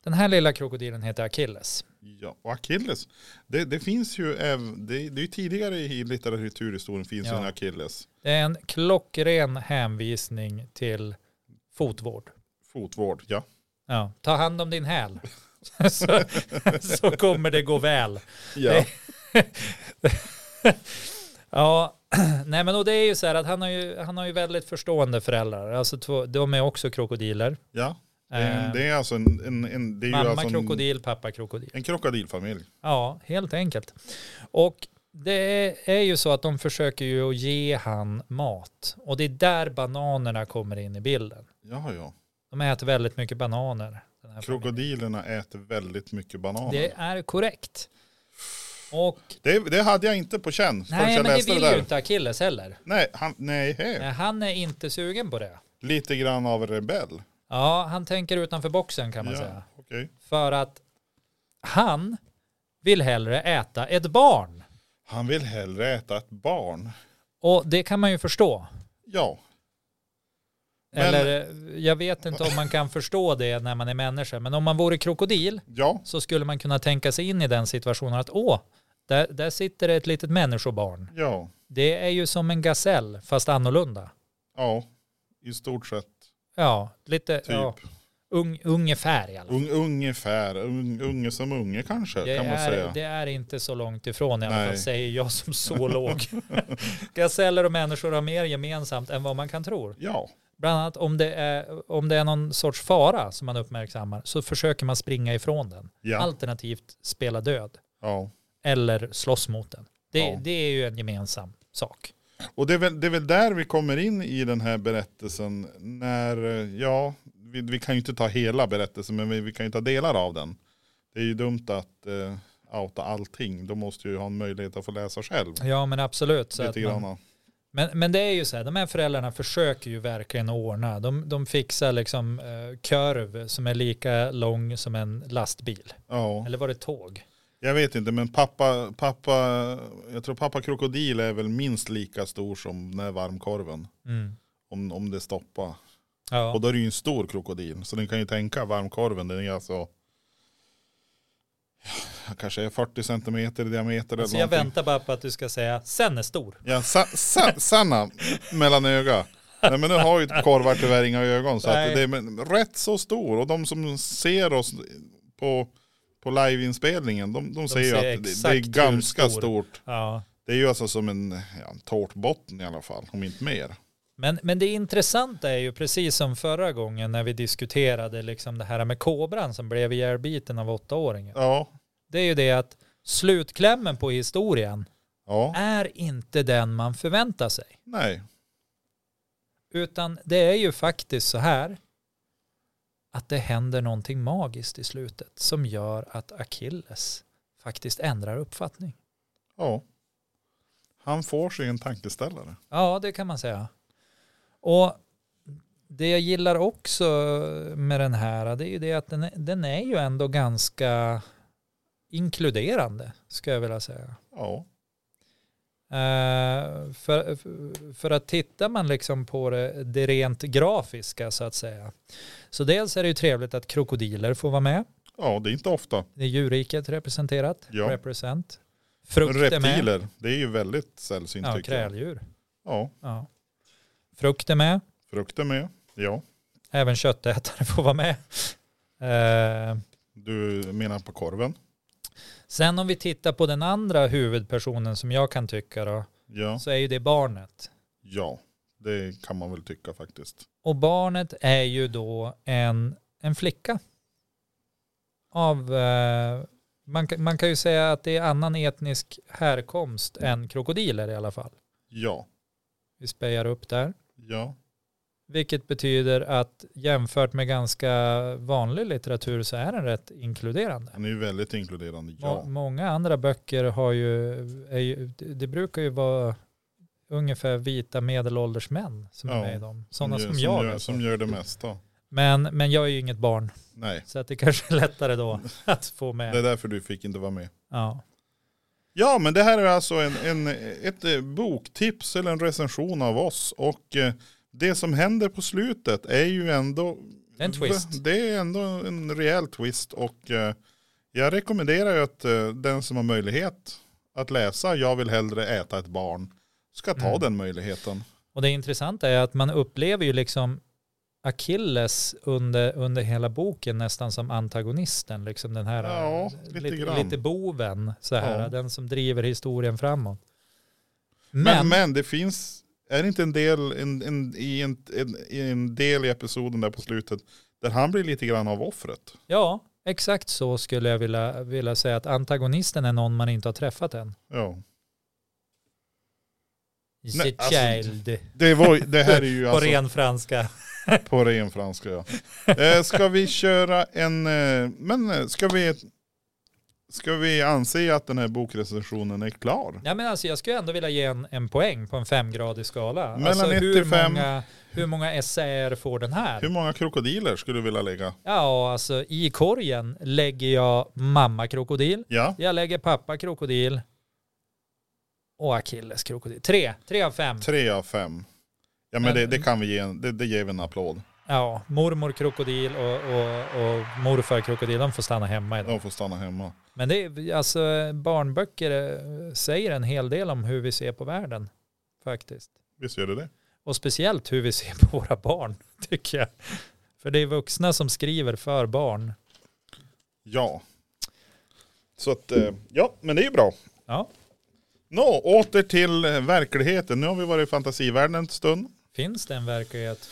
B: den här lilla krokodilen heter Achilles.
A: ja. och Achilles. Det, det finns ju, även, det, det är ju tidigare i litteraturhistorien finns ju
B: Ja.
A: en Achilles.
B: Det är en klockren hänvisning till fotvård.
A: Fotvård, ja.
B: Ja, ta hand om din häl. så, så kommer det gå väl.
A: Ja,
B: Nej. Ja, nej men och det är ju så här att han har ju, han har ju väldigt förstående föräldrar. Alltså två, de är också krokodiler.
A: ja. Det, är,
B: Eh,
A: det är alltså en, en, en, det är ju
B: mamma
A: alltså en,
B: krokodil, pappa krokodil.
A: en krokodilfamilj.
B: Ja, helt enkelt. Och det är ju så att de försöker ju att ge han mat. Och det är där bananerna kommer in i bilden.
A: Ja, ja.
B: De äter väldigt mycket bananer. Den här
A: Krokodilerna äter väldigt mycket bananer.
B: familjen. det är korrekt. Och
A: Det, det hade jag inte på känn förrän
B: nej,
A: jag
B: men det
A: läste det,
B: vill ju
A: där.
B: inte Achilles heller.
A: Nej, han, nej, hej.
B: Nej, Han är inte sugen på det.
A: Lite grann av en rebell.
B: Ja, han tänker utanför boxen kan man
A: Ja,
B: säga.
A: Okej.
B: För att han vill hellre äta ett barn.
A: Han vill hellre äta ett barn.
B: Och det kan man ju förstå.
A: Ja, Men-
B: Eller eh, jag vet inte om man kan förstå det när man är människa. Men om man vore krokodil
A: ja,
B: så skulle man kunna tänka sig in i den situationen att åh, där, där sitter det ett litet människobarn.
A: ja,
B: Det är ju som en gasell fast annorlunda.
A: ja. I stort sett.
B: Ja, lite
A: Typ.
B: ja, ung, ungefär i alla fall.
A: Un, ungefär. Un, unge som unge kanske
B: Det
A: kan man
B: är,
A: säga.
B: det är inte så långt ifrån i alla
A: Nej.
B: fall säger jag som så låg. Gaseller och människor har mer gemensamt än vad man kan tro.
A: Ja,
B: Bland annat om det, är, om det är någon sorts fara som man uppmärksammar så försöker man springa ifrån den.
A: ja,
B: Alternativt spela död
A: ja.
B: eller slåss mot den. Det,
A: Ja.
B: det är ju en gemensam sak.
A: Och det är, väl, det är väl där vi kommer in i den här berättelsen. När, eh, ja, vi, vi kan ju inte ta hela berättelsen men vi, vi kan ju ta delar av den. Det är ju dumt att eh, outa allting. Då måste jag ju ha en möjlighet att få läsa själv.
B: Ja men absolut. Så att
A: Lite
B: man,
A: grann.
B: men, men det är ju så här, de här föräldrarna försöker ju verkligen ordna. De, de fixar liksom eh, kurv som är lika lång som en lastbil.
A: Ja,
B: Eller var det tåg?
A: jag vet inte men pappa, pappa, jag tror pappa krokodil är väl minst lika stor som den här varmkorven.
B: Mm.
A: Om, om det stoppar. Och
B: Ja.
A: då är det ju en stor krokodil. Så ni kan ju tänka varmkorven, den är alltså ja, kanske är 40 centimeter i diameter
B: Alltså
A: eller
B: jag
A: någonting.
B: väntar bara på att du ska säga sen är stor.
A: Ja, sa, sa, Sanna, mellan öga. Nej men nu har ju korvar tyvärr inga ögon så
B: Nej.
A: att det är men, rätt så stor. Och de som ser oss på, på liveinspelningen, de, de, ser ju
B: ser
A: att det, det
B: exakt
A: är
B: hur
A: ganska
B: stor.
A: stort.
B: Ja.
A: Det är ju alltså som en, ja, en tårtbotten i alla fall, om inte mer.
B: Men, men det intressanta är ju precis som förra gången när vi diskuterade liksom det här med kobran som blev ihjälbiten av åttaåringen.
A: Ja,
B: Det är ju det att slutklämmen på historien
A: ja,
B: är inte den man förväntar sig.
A: nej,
B: Utan det är ju faktiskt så här att det händer någonting magiskt i slutet som gör att Achilles faktiskt ändrar uppfattning.
A: ja. Han får sig en tankeställare.
B: Ja, det kan man säga. Och det jag gillar också med den här, det är ju det att den är, den är ju ändå ganska inkluderande, ska jag vilja säga.
A: Ja,
B: Eh, för, för att tittar man liksom på det, det rent grafiska så att säga. Så dels är det ju trevligt att krokodiler får vara med.
A: ja det är inte ofta.
B: Det är djurriket representerat.
A: Ja.
B: Represent. Frukt är med.
A: Reptiler, det är ju väldigt sällsynt
B: Ja,
A: tycker jag.
B: kräldjur.
A: Ja,
B: Ja. Frukt är med.
A: frukter med. Ja,
B: Även köttätare får vara med. Eh,
A: du menar på korven.
B: sen om vi tittar på den andra huvudpersonen som jag kan tycka då,
A: Ja,
B: så är ju det barnet.
A: ja, det kan man väl tycka faktiskt.
B: Och barnet är ju då en, en flicka av eh, man, kan- man kan ju säga att det är annan etnisk härkomst än krokodiler i alla fall.
A: Ja.
B: Vi spejar upp där.
A: Ja.
B: Vilket betyder att jämfört med ganska vanlig litteratur så är den rätt inkluderande.
A: Han är ju väldigt inkluderande.
B: Må-
A: Ja.
B: Många andra böcker har ju, är ju, det det brukar ju vara ungefär vita medelålders män som är
A: Ja.
B: med i dem. Sådana
A: Som
B: som,
A: gör-
B: jag.
A: Som gör,
B: alltså.
A: som gör det mesta.
B: Men, men jag är ju inget barn,
A: Nej.
B: så att det kanske är lättare då att få
A: Det är
B: med.
A: därför du fick inte vara med.
B: Ja.
A: Ja, men det här är alltså en, en, ett eh, boktips eller en recension av oss. Och eh, det som händer på slutet är ju ändå...
B: En twist.
A: Det är ändå en rejäl twist. Och eh, jag rekommenderar ju att eh, den som har möjlighet att läsa Jag vill hellre äta ett barn ska ta
B: Mm.
A: den möjligheten.
B: Och det intressanta är att man upplever ju liksom Achilles under, under hela boken nästan som antagonisten, liksom den här
A: Ja, lite
B: lite,
A: grann.
B: lite boven, så här,
A: Ja.
B: den som driver historien framåt. Men,
A: Men, men, det finns, är det inte en del, en, en, i en, en, i en del i episoden där på slutet där han blir lite grann av offret?
B: ja, exakt så skulle jag vilja, vilja säga att antagonisten är någon man inte har träffat än.
A: Ja.
B: It's
A: Nej,
B: a
A: alltså,
B: child,
A: Det, var, det här är ju
B: på
A: alltså
B: ren franska.
A: på ren franska. Ja. Eh, ska vi köra en, eh, men eh, ska vi, ska vi anse att den här bokrecensionen är klar?
B: Ja, men alltså, jag skulle ändå vilja ge en, en poäng på en femgradig skala.
A: Mellan
B: alltså,
A: ett
B: hur,
A: till fem.
B: många, hur många essäer får den här?
A: Hur många krokodiler skulle du vilja lägga?
B: Ja, alltså i korgen lägger jag mamma krokodil.
A: Ja,
B: Jag lägger pappa krokodil. Och Achilles krokodil. Tre, tre av fem.
A: tre av fem. Ja men det, det kan vi ge, en- det, det ger vi en applåd.
B: Ja, mormor krokodil och, och, och morfar krokodil, de får stanna hemma idag.
A: De får stanna hemma.
B: Men det är, alltså barnböcker eh, säger en hel del om hur vi ser på världen faktiskt.
A: Visst gör det det?
B: Och speciellt hur vi ser på våra barn, tycker jag. För det är vuxna som skriver för barn.
A: Ja. Så att, eh, ja men det är ju bra.
B: Ja,
A: Nå, åter till eh, verkligheten. Nu har vi varit i fantasivärlden en stund.
B: finns det en verklighet?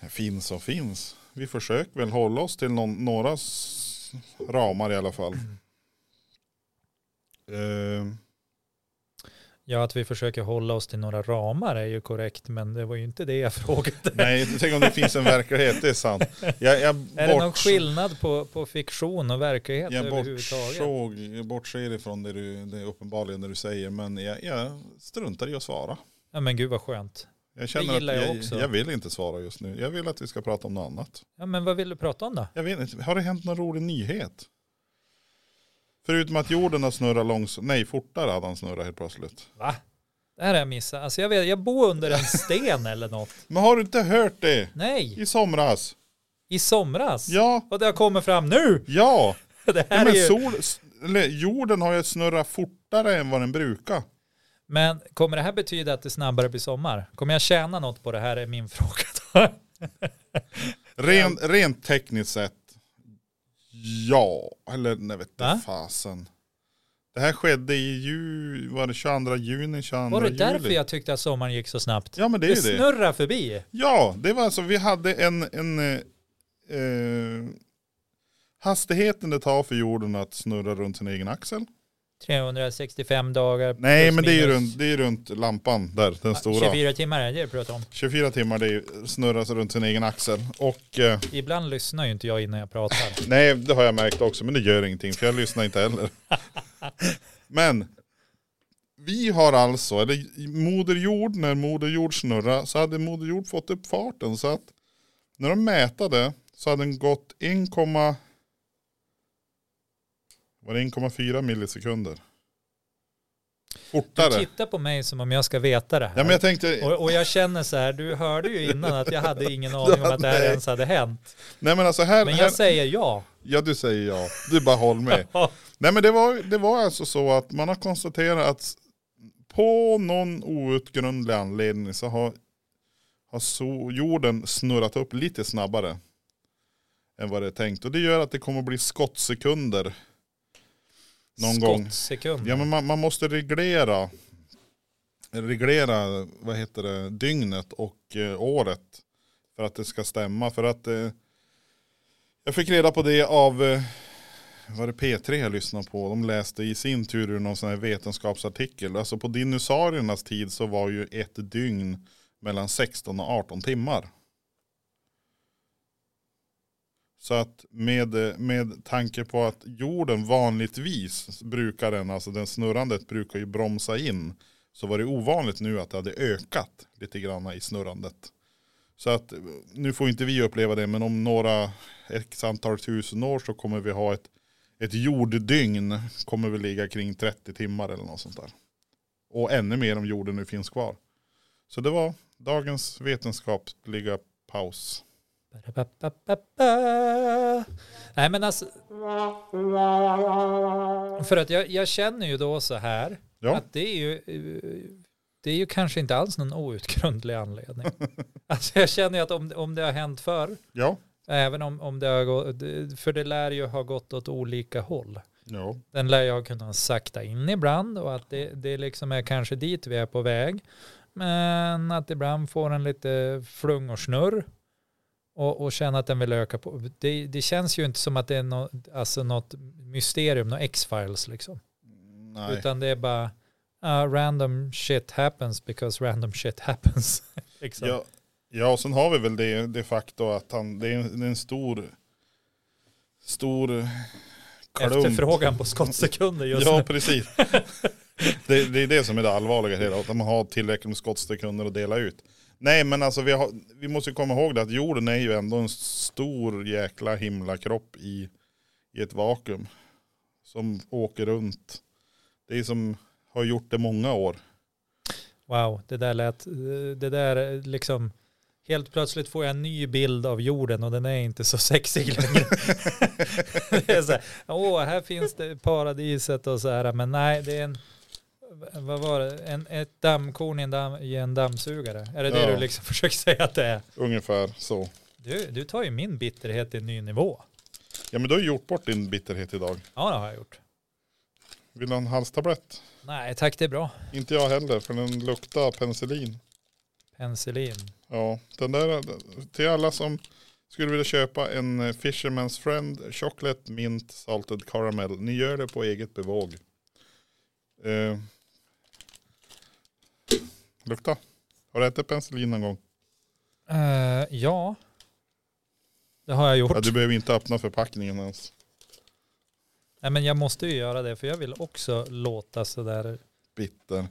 A: Det finns och finns. Vi försöker väl hålla oss till någon, några s- ramar i alla fall. Eh,
B: Ja, att vi försöker hålla oss till några ramar är ju korrekt, men det var ju inte det jag frågade.
A: nej, tänk om det finns en verklighet, det är sant. Jag, jag
B: Är det någon
A: borts-
B: skillnad på, på fiktion och verklighet
A: Jag
B: överhuvudtaget?
A: bortsåg, jag bortser ifrån det du det är uppenbarligen det du säger, men jag, jag struntar i att svara.
B: Ja, men gud vad skönt.
A: Jag känner
B: gillar
A: att
B: jag
A: jag,
B: också.
A: jag vill inte svara just nu. Jag vill att vi ska prata om något annat.
B: Ja, men vad vill du prata om då?
A: Jag vet inte, har det hänt någon rolig nyhet? Förutom att jorden har snurrat långsamt, nej fortare hade han snurrat helt plötsligt.
B: Va? Det här har jag missat. Alltså jag, vet, jag bor under en sten eller något.
A: Men har du inte hört det?
B: Nej,
A: I somras?
B: i somras.
A: Ja,
B: Och det har kommit fram nu.
A: ja.
B: Det
A: ja
B: här
A: men
B: är ju...
A: sol, s- eller, jorden har ju snurrat fortare än vad den brukar.
B: Men kommer det här betyda att det snabbare blir sommar? Kommer jag tjäna något på det här är min fråga då.
A: Ren, Rent tekniskt sett, ja. Eller nej vet
B: Va?
A: du fasen. Det här skedde i ju, var det 22 juni, 22
B: Var det
A: juli?
B: därför jag tyckte att sommaren gick så snabbt?
A: Ja men det är
B: det
A: ju det.
B: snurrar förbi.
A: Ja, det var alltså, vi hade en, en eh, eh, hastigheten det tar för jorden att snurra runt sin egen axel.
B: 365 dagar.
A: Nej,
B: plus
A: men det är ju
B: minus.
A: runt, det är ju runt lampan där, den
B: Ja,
A: stora. 24,
B: 24 timmar är det du pratar om.
A: timmar det är ju- snurras runt sin egen axel. Och eh,
B: Ibland lyssnar ju inte jag innan jag pratar.
A: nej, det har jag märkt också, men det gör ingenting för jag lyssnar inte heller. Men vi har alltså, eller Moder Jord, när Moder Jord snurrar så hade Moder Jord fått upp farten så att när de mätade så hade den gått 1, var det 1,4 millisekunder?
B: Du
A: Fortare.
B: tittar på mig som om jag ska veta det här.
A: Ja men jag tänkte,
B: och, och jag känner så här, du hörde ju innan att jag hade ingen aning om att det här
A: Nej.
B: ens hade hänt.
A: nej men alltså här,
B: Men
A: här
B: jag säger ja.
A: ja du säger ja, du bara håll med.
B: Ja.
A: Nej men det var, det var alltså så att man har konstaterat att s- på någon outgrundlig anledning så har, har so, jorden snurrat upp lite snabbare än vad det är tänkt. Och det gör att det kommer att bli skottsekunder. Någon gång.
B: Skottsekund.
A: Ja men man, man måste reglera, reglera vad heter det, dygnet och eh, året för att det ska stämma. För att eh, jag fick reda på det av eh, var det P3 jag lyssnade på, de läste i sin tur ur någon sån här vetenskapsartikel. Alltså på dinosauriernas tid så var ju ett dygn mellan 16 och 18 timmar. Så att med, med tanke på att jorden vanligtvis brukar den, alltså den snurrandet brukar ju bromsa in. Så var det ovanligt nu att det hade ökat lite grann i snurrandet. Så att nu får inte vi uppleva det men om några x antal tusen år så kommer vi ha ett, ett jorddygn kommer vi ligga kring 30 timmar eller något sånt där. Och ännu mer om jorden nu finns kvar. Så det var dagens vetenskapliga paus.
B: Ba-da-ba-ba-ba-ba. Nej men alltså. För att jag, jag känner ju då så här.
A: Ja.
B: Att det är ju. eh, Det är ju kanske inte alls någon outgrundlig anledning. alltså jag känner ju att om, om det har hänt förr.
A: Ja.
B: Även om, om det har gått. För det lär ju ha gått åt olika håll.
A: Ja.
B: Den lär jag kunna sakta in ibland och att det, det liksom är kanske dit vi är på väg. Men att ibland får en lite flung och snurr och, och känna att den vill öka på. Det, det känns ju inte som att det är något, alltså något mysterium, något X-files liksom.
A: Nej.
B: Utan det är bara ah, random shit happens because random shit happens. liksom.
A: Ja, ja, och sen har vi väl det de facto att han, det är en, det är en stor, stor klump.
B: Efterfrågan på skottsekunder just
A: Ja,
B: nu.
A: precis. det, det är det som är det allvarliga hela, att man har tillräckligt med skottstekunder att dela ut. Nej, men alltså vi, har, vi måste ju komma ihåg det att jorden är ju ändå en stor jäkla himlakropp i, i ett vakuum. Som åker runt. Det är som har gjort det många år.
B: Wow, det där lät, eh, det där eh, liksom, helt plötsligt får jag en ny bild av jorden och den är inte så sexig längre. det är så här, åh, här finns det paradiset och så här, men nej, det är en, vad var det, en, ett dammkorn i en, damm, i en dammsugare. Är det det
A: Ja.
B: du liksom försöker säga att det är?
A: Ungefär så.
B: Du, du tar ju min bitterhet till en ny nivå.
A: Ja men du har ju gjort bort din bitterhet idag.
B: Ja, det har jag gjort.
A: Vill du ha en halstablett?
B: Nej, tack, det är bra.
A: Inte jag heller för den luktar penicillin.
B: Penicillin.
A: Ja, den där till alla som skulle vilja köpa en eh, Fisherman's Friend Chocolate Mint Salted Caramel. Ni gör det på eget bevåg. Eh, lukta. Har du ätit penicillin någon gång?
B: Eh, ja, det har jag gjort.
A: Ja, du behöver inte öppna förpackningen ens.
B: Nej men jag måste ju göra det för jag vill också låta sådär.
A: Bitter.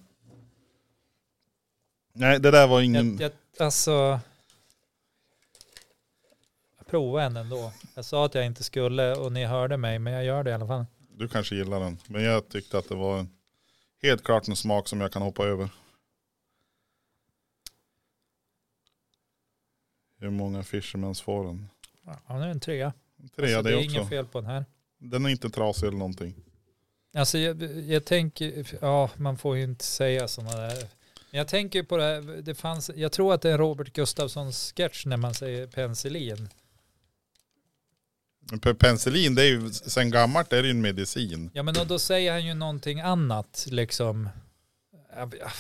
A: Nej, det där var ingen...
B: Jag, jag, alltså. Jag provar en ändå. Jag sa att jag inte skulle och ni hörde mig men jag gör det i alla fall.
A: Du kanske gillar den. Men jag tyckte att det var en, helt klart en smak som jag kan hoppa över. Hur många Fishermans får den?
B: Ja nu är det en trea.
A: Tre,
B: alltså,
A: det,
B: det är
A: också.
B: inget fel på den här.
A: Den är inte trasig eller någonting.
B: Alltså jag, jag tänker, ja man får ju inte säga sådana där. Men jag tänker på det, här, det fanns, jag tror att det är Robert Gustafssons sketch när man säger penicillin.
A: Men pe- Penicillin, det är ju sen gammalt är det ju en medicin.
B: Ja men och då säger han ju någonting annat liksom. Ja, vi- ah,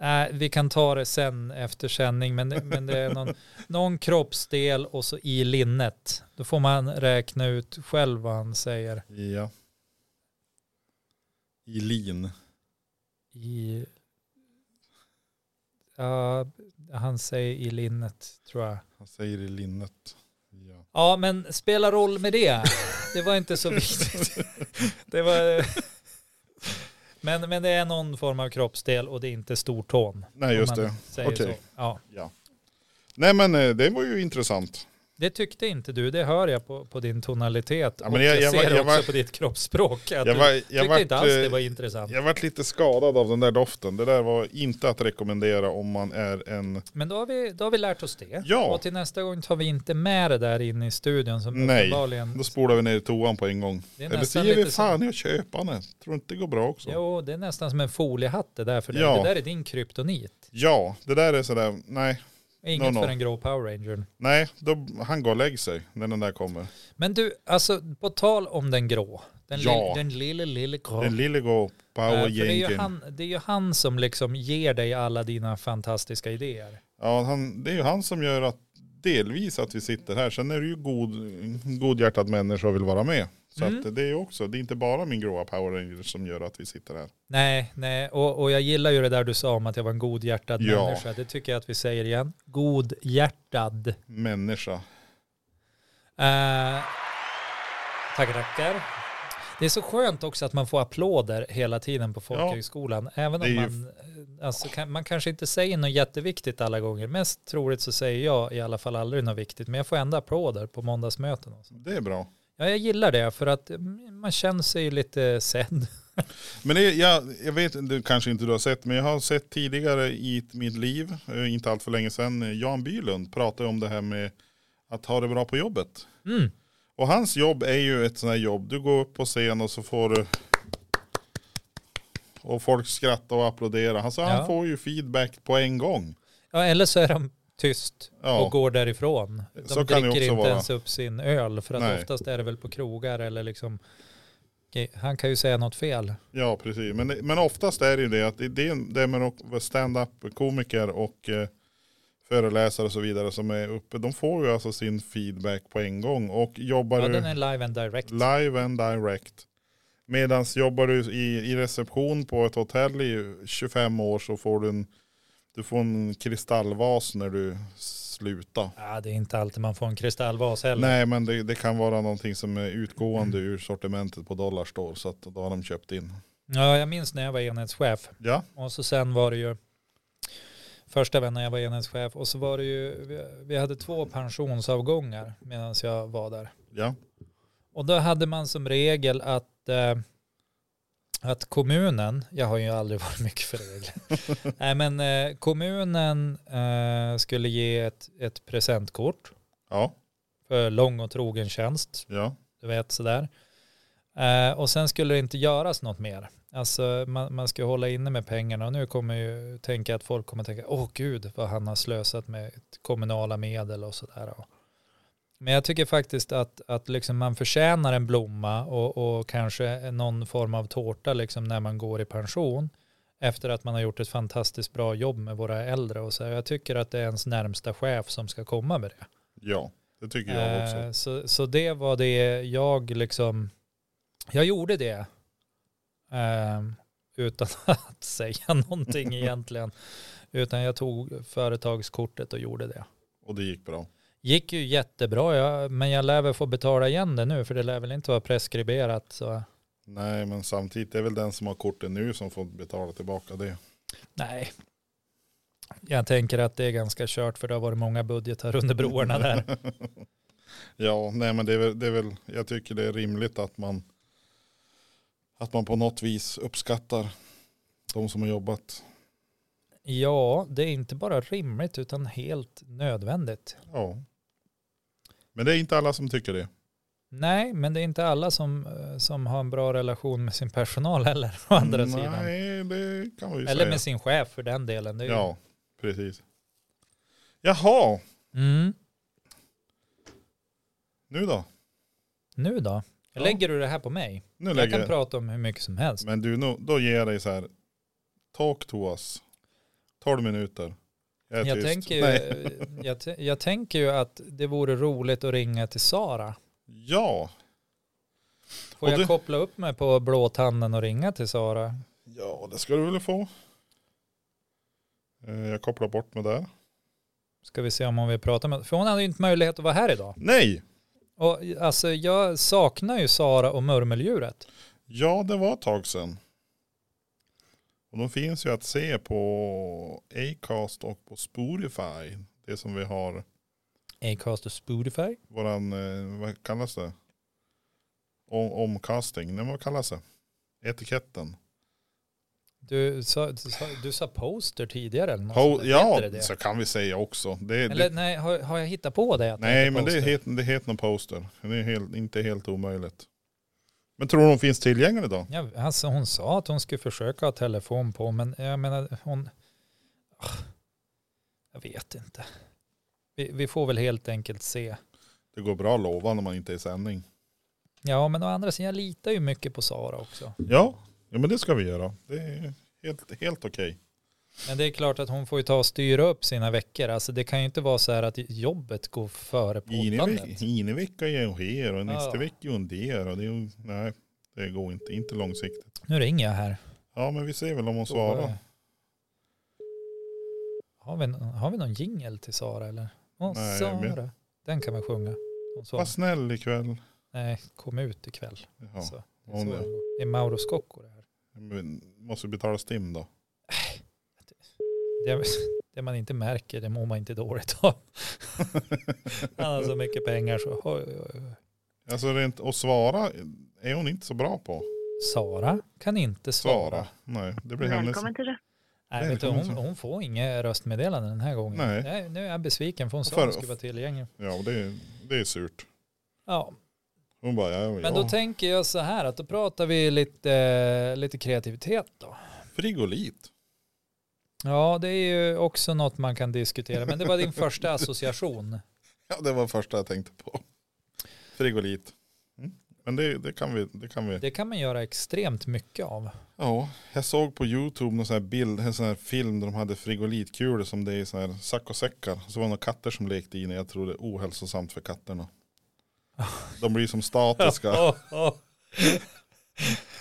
B: Nej, vi kan ta det sen efter sändning, men, det- men det är någon, någon kroppsdel och så i linnet. Då får man räkna ut själv vad han säger.
A: Ja. Ilin.
B: I, ja, han säger i linnet, tror jag.
A: Han säger i linnet. Ja.
B: Ja, men spela roll med det. Det var inte så viktigt. Det var... Men, men det är någon form av kroppsdel och det är inte stortån.
A: Nej just
B: Om man
A: det.
B: säger
A: Okej.
B: så. Ja.
A: Nej men eh, det var ju intressant.
B: Det tyckte inte du, det hör jag på, på din tonalitet.
A: Ja, men
B: och
A: jag-
B: jag,
A: jag var-
B: ser
A: jag
B: också
A: var-
B: på ditt kroppsspråk. Att
A: Jag
B: du
A: var- jag
B: tyckte
A: vart,
B: inte alls det
A: eh,
B: var intressant.
A: Jag varit lite skadad av den där doften. Det där var inte att rekommendera om man är en
B: Men då har, vi, då har vi lärt oss det.
A: Ja.
B: Och till nästa gång tar vi inte med det där in i studion som
A: Nej.
B: uppenbarligen...
A: Då spolar vi ner i toan på en gång.
B: Det är
A: Eller så
B: nästan
A: ger vi
B: lite som-
A: fan i att köpa den. Tror inte det går bra också?
B: Jo, det är nästan som en foliehatt det där för dig.
A: Ja.
B: Det där är din kryptonit.
A: Ja, det där är sådär, nej,
B: Inget
A: No, no.
B: för den grå Power Rangern.
A: nej, då, han går och lägger sig när den där kommer.
B: Men du, alltså på tal om den grå. Den,
A: Ja.
B: lille, den lille, lille grå.
A: Den lille går
B: Eh,
A: Power
B: för det, är ju
A: Jenkin.
B: han, det är ju han som liksom ger dig alla dina fantastiska idéer.
A: Ja, han, det är ju han som gör att delvis att vi sitter här. Sen är det ju god, godhjärtad människa och vill vara med. Så
B: Mm.
A: att det är också, det är inte bara min gråa Power Ranger som gör att vi sitter här.
B: Nej, nej. Och, och jag gillar ju det där du sa om att jag var en godhjärtad
A: Ja.
B: människa. Det tycker jag att vi säger igen. Godhjärtad.
A: Människa.
B: Eh, tackar, tackar. Det är så skönt också att man får applåder hela tiden på folkhögskolan. Även
A: det är
B: om
A: ju-
B: man, eh, alltså, kan, man kanske inte säger något jätteviktigt alla gånger. Mest troligt så säger jag i alla fall aldrig något viktigt. Men jag får ändå applåder på måndagsmöten. Och så.
A: Det är bra.
B: Ja, jag gillar det för att mm, man känner sig lite sedd.
A: Men det, jag, jag vet, det kanske inte du har sett, men jag har sett tidigare i mitt liv, eh, inte allt för länge sedan, eh, Jan Bylund pratade om det här med att ha det bra på jobbet.
B: Mm.
A: Och hans jobb är ju ett sånt här jobb, du går upp på scen och så får du och folk skrattar och applåderar. Alltså
B: Ja.
A: han får ju feedback på en gång.
B: Ja, eller så är de tyst
A: Ja.
B: och går därifrån. De
A: Så kan det
B: dricker
A: också
B: inte
A: vara.
B: ens upp sin öl för att
A: Nej.
B: oftast är det väl på krogar eller liksom. Okej, Han kan ju säga något fel.
A: Ja, precis. Men, men oftast är det ju det att det- det är det med att vara stand-up-komiker och eh, föreläsare och så vidare som är uppe. De får ju alltså sin feedback på en gång och jobbar
B: Ja,
A: du
B: den är live and direct.
A: live and direct. Medan jobbar du i, i reception på ett hotell i 25 år så får du en, du får en kristallvas när du slutar.
B: Ja, det är inte alltid man får en kristallvas heller.
A: Nej men det, det kan vara någonting som är utgående
B: Mm.
A: ur sortimentet på Dollarstore så att då har de köpt in.
B: Ja, jag minns när jag var enhetschef
A: Ja,
B: och så sen var det ju första vän när jag var enhetschef och så var det ju, vi- vi hade två pensionsavgångar medan jag var där.
A: ja,
B: Och då hade man som regel att, eh, att kommunen, jag har ju aldrig varit mycket för regler, nej men eh, kommunen eh, skulle ge ett, ett presentkort
A: ja,
B: för lång och trogen tjänst,
A: ja,
B: du vet sådär. Eh, och sen skulle det inte göras något mer. Alltså man, man ska hålla inne med pengarna och nu kommer ju tänka att folk kommer tänka, åh gud vad han har slösat med kommunala medel och sådär. Men jag tycker faktiskt att, att liksom man förtjänar en blomma och, och kanske någon form av tårta liksom när man går i pension efter att man har gjort ett fantastiskt bra jobb med våra äldre. Och så här. Jag tycker att det är ens närmsta chef som ska komma med det.
A: ja. Det tycker jag också.
B: Eh, Så, så det var det jag liksom, jag gjorde det ehm, utan att säga någonting egentligen. Utan jag tog företagskortet och gjorde det.
A: Och det gick bra.
B: Gick ju jättebra, jag, men jag lär väl få betala igen det nu för det lär väl inte vara preskriberat. Så.
A: Nej men samtidigt det är väl den som har korten nu som får betala tillbaka det.
B: Nej. Jag tänker att det är ganska kört för det har varit många budgetar under broarna där.
A: ja nej men det är, väl, det är väl, jag tycker det är rimligt att man, att man på något vis uppskattar de som har jobbat.
B: Ja, det är inte bara rimligt utan helt nödvändigt.
A: Ja. Men det är inte alla som tycker det.
B: Nej, men det är inte alla som, eh, som har en bra relation med sin personal heller å andra
A: nej,
B: sidan.
A: det kan man ju
B: Eller
A: säga.
B: med sin chef för den delen. Det är ju-
A: Ja, precis. Jaha,
B: mm.
A: nu då?
B: Nu då?
A: Ja.
B: Lägger du det här på mig?
A: Nu
B: Jag
A: lägger
B: kan
A: jag.
B: prata om hur mycket som helst.
A: Men du, nu- då ger jag dig så här. Talk to us. 12 minuter. Jag är
B: Jag
A: tyst.
B: tänker,
A: Nej.
B: ju, jag, t- jag tänker ju att det vore roligt att ringa till Sara.
A: Ja.
B: Får
A: Och
B: jag
A: du-
B: koppla upp mig på blåtanden och ringa till Sara?
A: ja, det ska du väl få. Eh, Jag kopplar bort mig där.
B: Ska vi se om hon vill prata med För hon hade ju inte möjlighet att vara här idag.
A: Nej!
B: Och alltså jag saknar ju Sara och murmeldjuret.
A: Ja, det var ett tag sedan. Och de finns ju att se på Acast och på Spotify. Det som vi har,
B: Acast och Spotify.
A: våran, eh, vad kallas det? Om, omkasting, nej vad kallas det? Etiketten.
B: Du sa, du sa, du sa poster tidigare eller något sånt
A: Po-
B: där.
A: ja,
B: Heter det det?
A: så kan vi säga också. Det, det,
B: Eller nej, har, har jag hittat på det? att
A: nej, men det
B: poster?
A: heter, det heter någon poster. Det är helt, inte helt omöjligt. Men tror du de finns tillgängliga då?
B: Ja, alltså hon sa att hon skulle försöka ha telefon på, men jag menar hon... Ah, Jag vet inte. Vi, vi får väl helt enkelt se.
A: Det går bra att lova när man inte är i sändning.
B: Ja, men å andra sidan, jag litar ju mycket på Sara också.
A: Ja, ja men det ska vi göra. Det är helt, helt okej.
B: Men det är klart att hon får ju ta och styra upp sina veckor. Alltså det kan ju inte vara så här att jobbet går före poddandet.
A: Ene vecka gör hon här och nästa
B: Ja.
A: vecka gör hon där. Och det, är ju- nej, det går inte. Inte långsiktigt.
B: Nu ringer jag här.
A: Ja, men vi ser väl om hon svarar.
B: Har vi, har vi någon jingel till Sara eller? Åh,
A: Nej,
B: Sara.
A: men-
B: Den kan man sjunga. Hon sa,
A: Var snäll ikväll.
B: nej, kom ut ikväll.
A: Ja,
B: Så, det är
A: hon
B: så
A: är-
B: det går. Det är Mauro Scocco det här.
A: men måste betala STIM då.
B: Det, det man inte märker, det mår man inte dåligt av. Han har så mycket pengar så, oj, oj, oj.
A: Alltså rent att svara är hon inte så bra på.
B: Sara kan inte svara.
A: Svara. Nej, det blir hennes.
D: Välkommen till
B: Nej, vet du,
A: Välkommen
B: hon,
A: så.
B: hon får inga röstmeddelanden den här gången.
A: Nej.
B: nu är jag besviken för hon sa
A: För-
B: att hon skulle vara tillgänglig.
A: Ja, det, är- det är surt.
B: Ja,
A: Hon bara, ja,
B: men då
A: ja.
B: tänker jag så här att då pratar vi lite, lite kreativitet då.
A: Frigolit.
B: Ja, det är ju också något man kan diskutera, men det var din första association.
A: Ja, det var första jag tänkte på. Frigolit. Mm. Men det, det, kan vi, det kan vi.
B: Det kan man göra extremt mycket av.
A: Ja, jag såg på YouTube någon sån här bild, en sån här film där de hade frigolitkulor som det är i sån här sack och säckar. Så var det några katter som lekte i när jag tror det är ohälsosamt för katterna. De blir som statiska.
B: Ja, ja.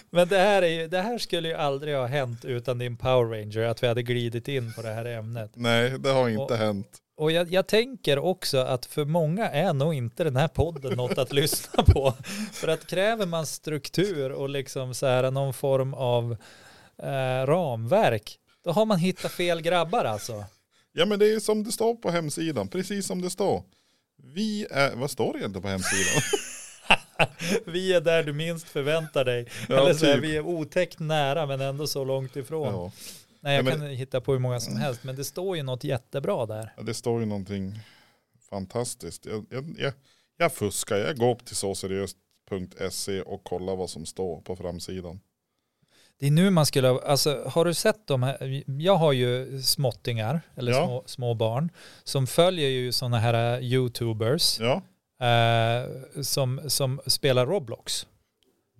B: Men det här, är ju, det här skulle ju aldrig ha hänt utan din Power Ranger, att vi hade glidit in på det här ämnet.
A: Nej, det har inte
B: Och-
A: hänt.
B: Och jag, jag tänker också att för många är nog inte den här podden något att lyssna på. För att kräver man struktur och liksom så här någon form av eh, ramverk, då har man hittat fel grabbar alltså.
A: Ja, men det är som det står på hemsidan, precis som det står. Vi är, vad står det egentligen på hemsidan?
B: Vi är där du minst förväntar dig.
A: Ja,
B: Eller så här,
A: typ.
B: vi är otäckt nära men ändå så långt ifrån.
A: Ja.
B: Nej, jag
A: Ja, men-
B: kan hitta på hur många som helst, men det står ju något jättebra där.
A: Ja, det står ju någonting fantastiskt. Jag, jag, jag, jag fuskar, jag går upp till såseriöst.se och kollar vad som står på framsidan.
B: Det är nu man skulle, ha- alltså har du sett de här, jag har ju småttingar, eller
A: Ja.
B: små, små barn, som följer ju sådana här eh, YouTubers
A: Ja,
B: eh, som, som spelar Roblox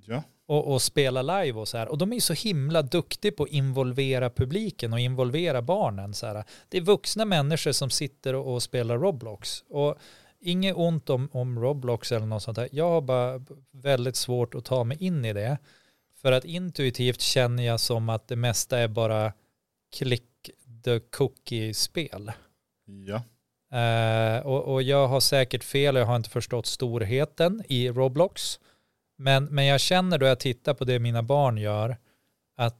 A: ja.
B: och, och spelar live och så här. Och de är ju så himla duktiga på att involvera publiken och involvera barnen. Så här. Det är vuxna människor som sitter och, och spelar Roblox. Och inget ont om, om Roblox eller något sånt där. Jag har bara väldigt svårt att ta mig in i det. För att intuitivt känner jag som att det mesta är bara klick the cookie-spel.
A: ja.
B: Eh, och, och jag har säkert fel och jag har inte förstått storheten i Roblox. Men, men jag känner då jag tittar på det mina barn gör att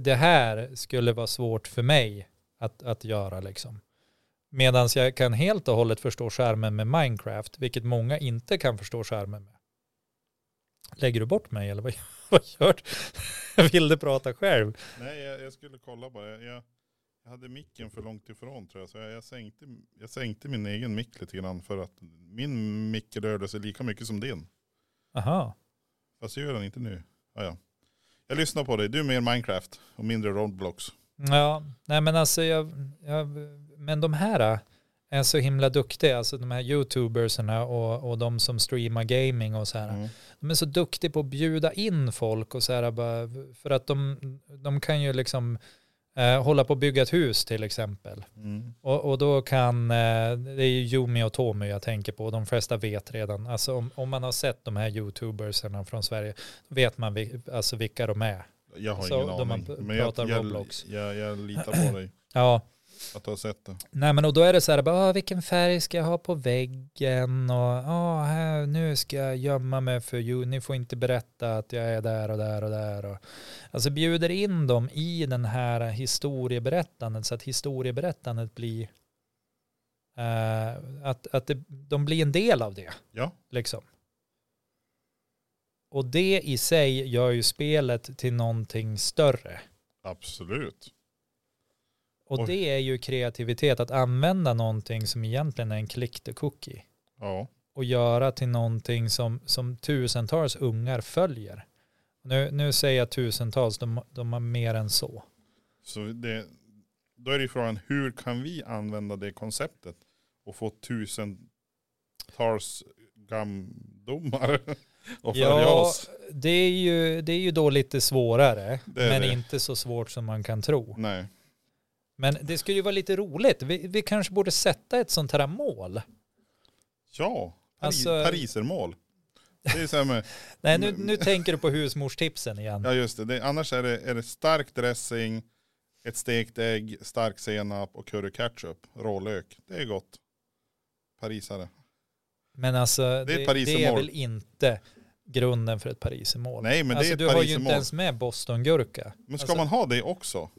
B: det här skulle vara svårt för mig att, att göra liksom. Medan jag kan helt och hållet förstå skärmen med Minecraft, vilket många inte kan förstå skärmen med. Lägger du bort mig eller vad, vad gör du? Jag ville prata själv.
A: Nej, jag, jag skulle kolla bara. Jag, jag, jag hade micken för långt ifrån tror jag. Så jag, jag, sänkte, jag sänkte min egen mick lite grann för att min mick rörde sig lika mycket som din.
B: Aha.
A: Fast jag gör den inte nu. Ah, ja. Jag lyssnar på dig. Du är mer Minecraft och mindre Roblox.
B: Ja, nej men alltså jag, jag men de här äh, är så himla duktiga, alltså de här youtubersarna och, och de som streamar gaming och så här.
A: Mm.
B: De är så duktiga på att bjuda in folk och så här bara, för att de, de kan ju liksom eh, hålla på att bygga ett hus till exempel.
A: Mm.
B: Och, och då kan, eh, det är ju Jumi och Tommy jag tänker på, de flesta vet redan. Alltså om, om man har sett de här youtubersarna från Sverige, då vet man vi, alltså vilka de är.
A: Jag har
B: Så
A: ingen
B: de
A: aning.
B: man
A: Men jag,
B: pratar
A: jag,
B: Roblox.
A: Jag, jag, litar på dig.
B: Ja,
A: Att du har sett det.
B: Nej men och då är det så här, bara, "Ah, vilken färg ska jag ha på väggen och ah, här, nu ska jag gömma mig för ju, ni får inte berätta att jag är där och där och där. Och, alltså bjuder in dem i den här historieberättandet så att historieberättandet blir, eh, att, att det, de blir en del av det.
A: Ja.
B: Liksom. Och det i sig gör ju spelet till någonting större.
A: Absolut.
B: Och
A: Oj.
B: det är ju kreativitet, att använda någonting som egentligen är en click the cookie
A: Ja.
B: och göra till någonting som, som tusentals ungar följer. Nu, nu säger jag tusentals, de, de har mer än så.
A: Så det, då är det ju frågan hur kan vi använda det konceptet och få tusentals gamdomar att följa oss?
B: det är, ju, det är ju då lite svårare,
A: Det är
B: men
A: det.
B: inte så svårt som man kan tro.
A: Nej,
B: Men det skulle ju vara lite roligt. Vi, vi kanske borde sätta ett sånt här mål.
A: Ja, Pari-
B: Alltså-
A: parisermål. Det är så här med,
B: Nej, nu, nu tänker du på husmorstipsen igen.
A: ja just det, det annars är det, är det stark dressing, ett stekt ägg, stark senap och curry ketchup, rålök. Det är gott. Parisare.
B: Men alltså, det, det, är
A: parisermål.
B: väl inte grunden för ett parisermål.
A: Nej men
B: alltså,
A: det
B: du
A: är ett
B: har ju inte
A: parisermål.
B: ens med bostongurka.
A: Men ska
B: alltså-
A: man ha det också?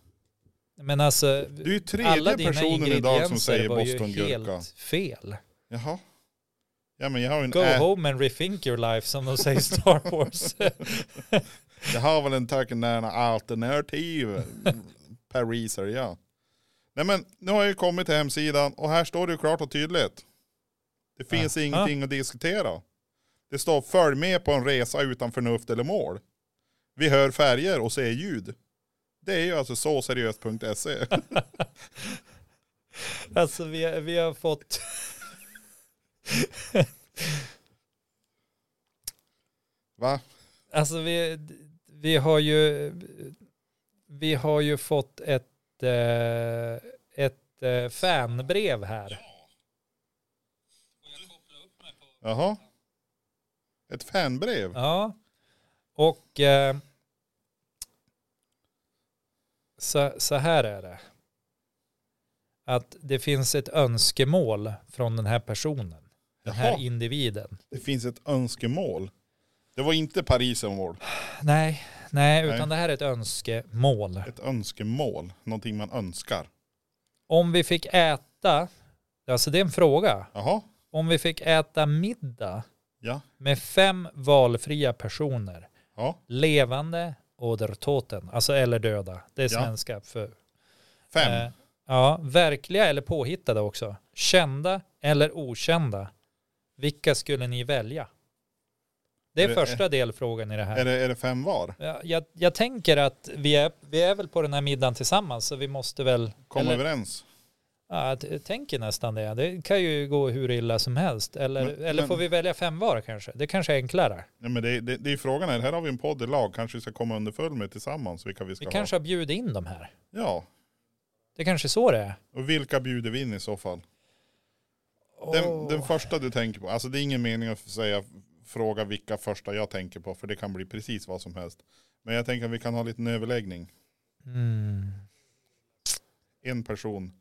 B: Men alltså,
A: Du är ju
B: alla
A: tredje
B: dina
A: personen
B: ingredienser
A: idag som säger
B: var ju
A: bostongurka.
B: helt fel.
A: Jaha. Ja men jag har ju en
B: Go
A: ä-
B: home and rethink your life som de säger i Star Wars.
A: Jag har väl en tanken där en alternativ pariser, ja. Nej men nu har jag ju kommit till hemsidan och här står det ju klart och tydligt. Det finns
B: Ja.
A: ingenting att diskutera. Det står följ med på en resa utan förnuft eller mål. Vi hör färger och ser ljud. Det är ju alltså så seriöst.se.
B: alltså vi, vi har fått...
A: Va?
B: Alltså vi, vi har ju... Vi har ju fått ett, eh, ett eh, fanbrev här.
A: Jaha. Ett fanbrev.
B: Ja. Och eh, så, så här är det. Att det finns ett önskemål från den här personen. Den här
A: Jaha,
B: individen.
A: det finns ett önskemål. Det var inte parisermål.
B: Nej, nej,
A: Nej.
B: utan det här är ett önskemål.
A: Ett önskemål. Någonting man önskar.
B: Om vi fick äta, alltså det är en fråga.
A: Jaha.
B: Om vi fick äta middag
A: Ja.
B: med fem valfria personer,
A: Ja.
B: levande ådertåten, alltså eller döda, det är
A: Ja.
B: svenska för
A: Fem.
B: Eh, ja, verkliga eller påhittade också. Kända eller okända. Vilka skulle ni välja? Det är,
A: Är det-
B: första delfrågan i det
A: Är
B: här.
A: det, är det fem var?
B: Ja, jag, jag tänker att vi är, vi är väl på den här middagen tillsammans så vi måste väl...
A: Kom
B: eller,
A: överens.
B: ja, jag t- tänker nästan det. Det kan ju gå hur illa som helst. Eller,
A: Men-
B: eller
A: men-
B: får vi välja fem var kanske? Det kanske är enklare.
A: Nej, men det, det, det är frågan här. Här har vi en podd i lag. Kanske vi ska komma underfull med tillsammans vilka vi ska
B: Vi
A: ha.
B: kanske har bjudit in de här.
A: Ja.
B: Det är kanske är så det är.
A: Och vilka bjuder vi in i så fall? Den,
B: Åh.
A: den första du tänker på. Alltså det är ingen mening att säga fråga vilka första jag tänker på. För det kan bli precis vad som helst. Men jag tänker att vi kan ha lite överläggning.
B: Mm.
A: En person.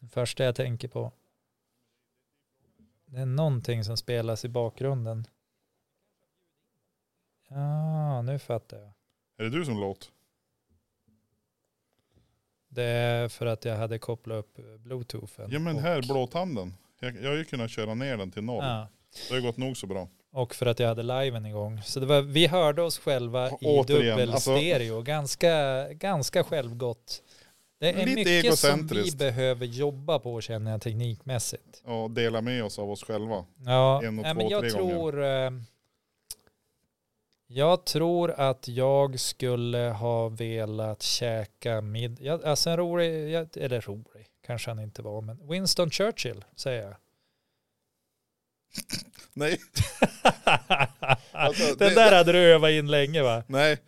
B: Den första jag tänker på. Det är någonting som spelas i bakgrunden. Ja, nu fattar jag.
A: Är det du som låt?
B: Det är för att jag hade kopplat upp eh, bluetoothen.
A: Ja men här
B: och,
A: blåtanden. Jag, jag har ju kunnat köra ner den till noll.
B: ja,
A: Det har ju gått nog så bra.
B: och för att jag hade liven igång. Så det var, vi hörde oss själva
A: Och
B: i
A: återigen, alltså-
B: dubbelstereo. Ganska, ganska självgott. Det är
A: Lite
B: mycket som vi
A: egocentriskt.
B: behöver jobba på känner jag teknikmässigt.
A: Och dela med oss av oss själva.
B: Ja,
A: En och
B: nej,
A: två,
B: men jag
A: tre gånger.
B: tror, eh, jag tror att jag skulle ha velat käka middag. Jag, alltså en rolig, jag, eller rolig, kanske han inte var, men Winston Churchill säger jag.
A: Nej, Alltså,
B: Den
A: det-
B: där hade du övat in länge va?
A: nej.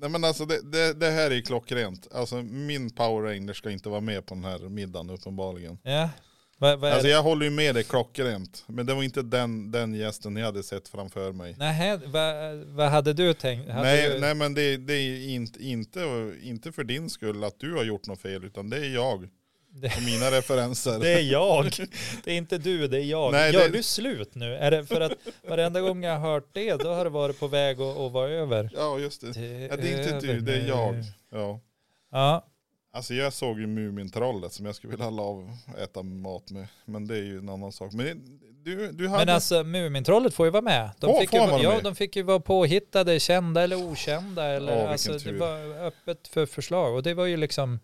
A: Nej men alltså det, det, det här är klockrent. Alltså min Power Ranger ska inte vara med på den här middagen uppenbarligen.
B: Ja. Va, va är
A: Alltså
B: det?
A: jag håller ju med dig klockrent. Men det var inte den, den gästen jag hade sett framför mig.
B: Nähä, va, vad hade du tänkt? Hade
A: Nej,
B: du,
A: nej men det, det är ju inte, inte, inte för din skull att du har gjort något fel. Utan det är jag
B: Det-
A: och mina referenser.
B: Det är jag. Det är inte du, det är jag.
A: Nej,
B: Gör
A: det-
B: du slut nu? Är det för att varenda gång jag har hört det, då har det varit på väg att, att vara över.
A: Ja just det. Ja, det är
B: Eh,
A: inte du, det är jag. Ja.
B: Ja,
A: Alltså jag såg ju Mumintrollet som jag skulle vilja la av äta mat med. Men det är ju en annan sak. Men det- du, du hade...
B: men alltså Mumintrollet får ju vara med. De,
A: Får-
B: fick,
A: får
B: ju
A: han
B: vara,
A: vara
B: ja,
A: med?
B: de fick ju vara påhittade, kända eller okända. Eller,
A: Ja, vilken
B: alltså, det
A: tur.
B: var öppet för förslag. Och det var ju liksom,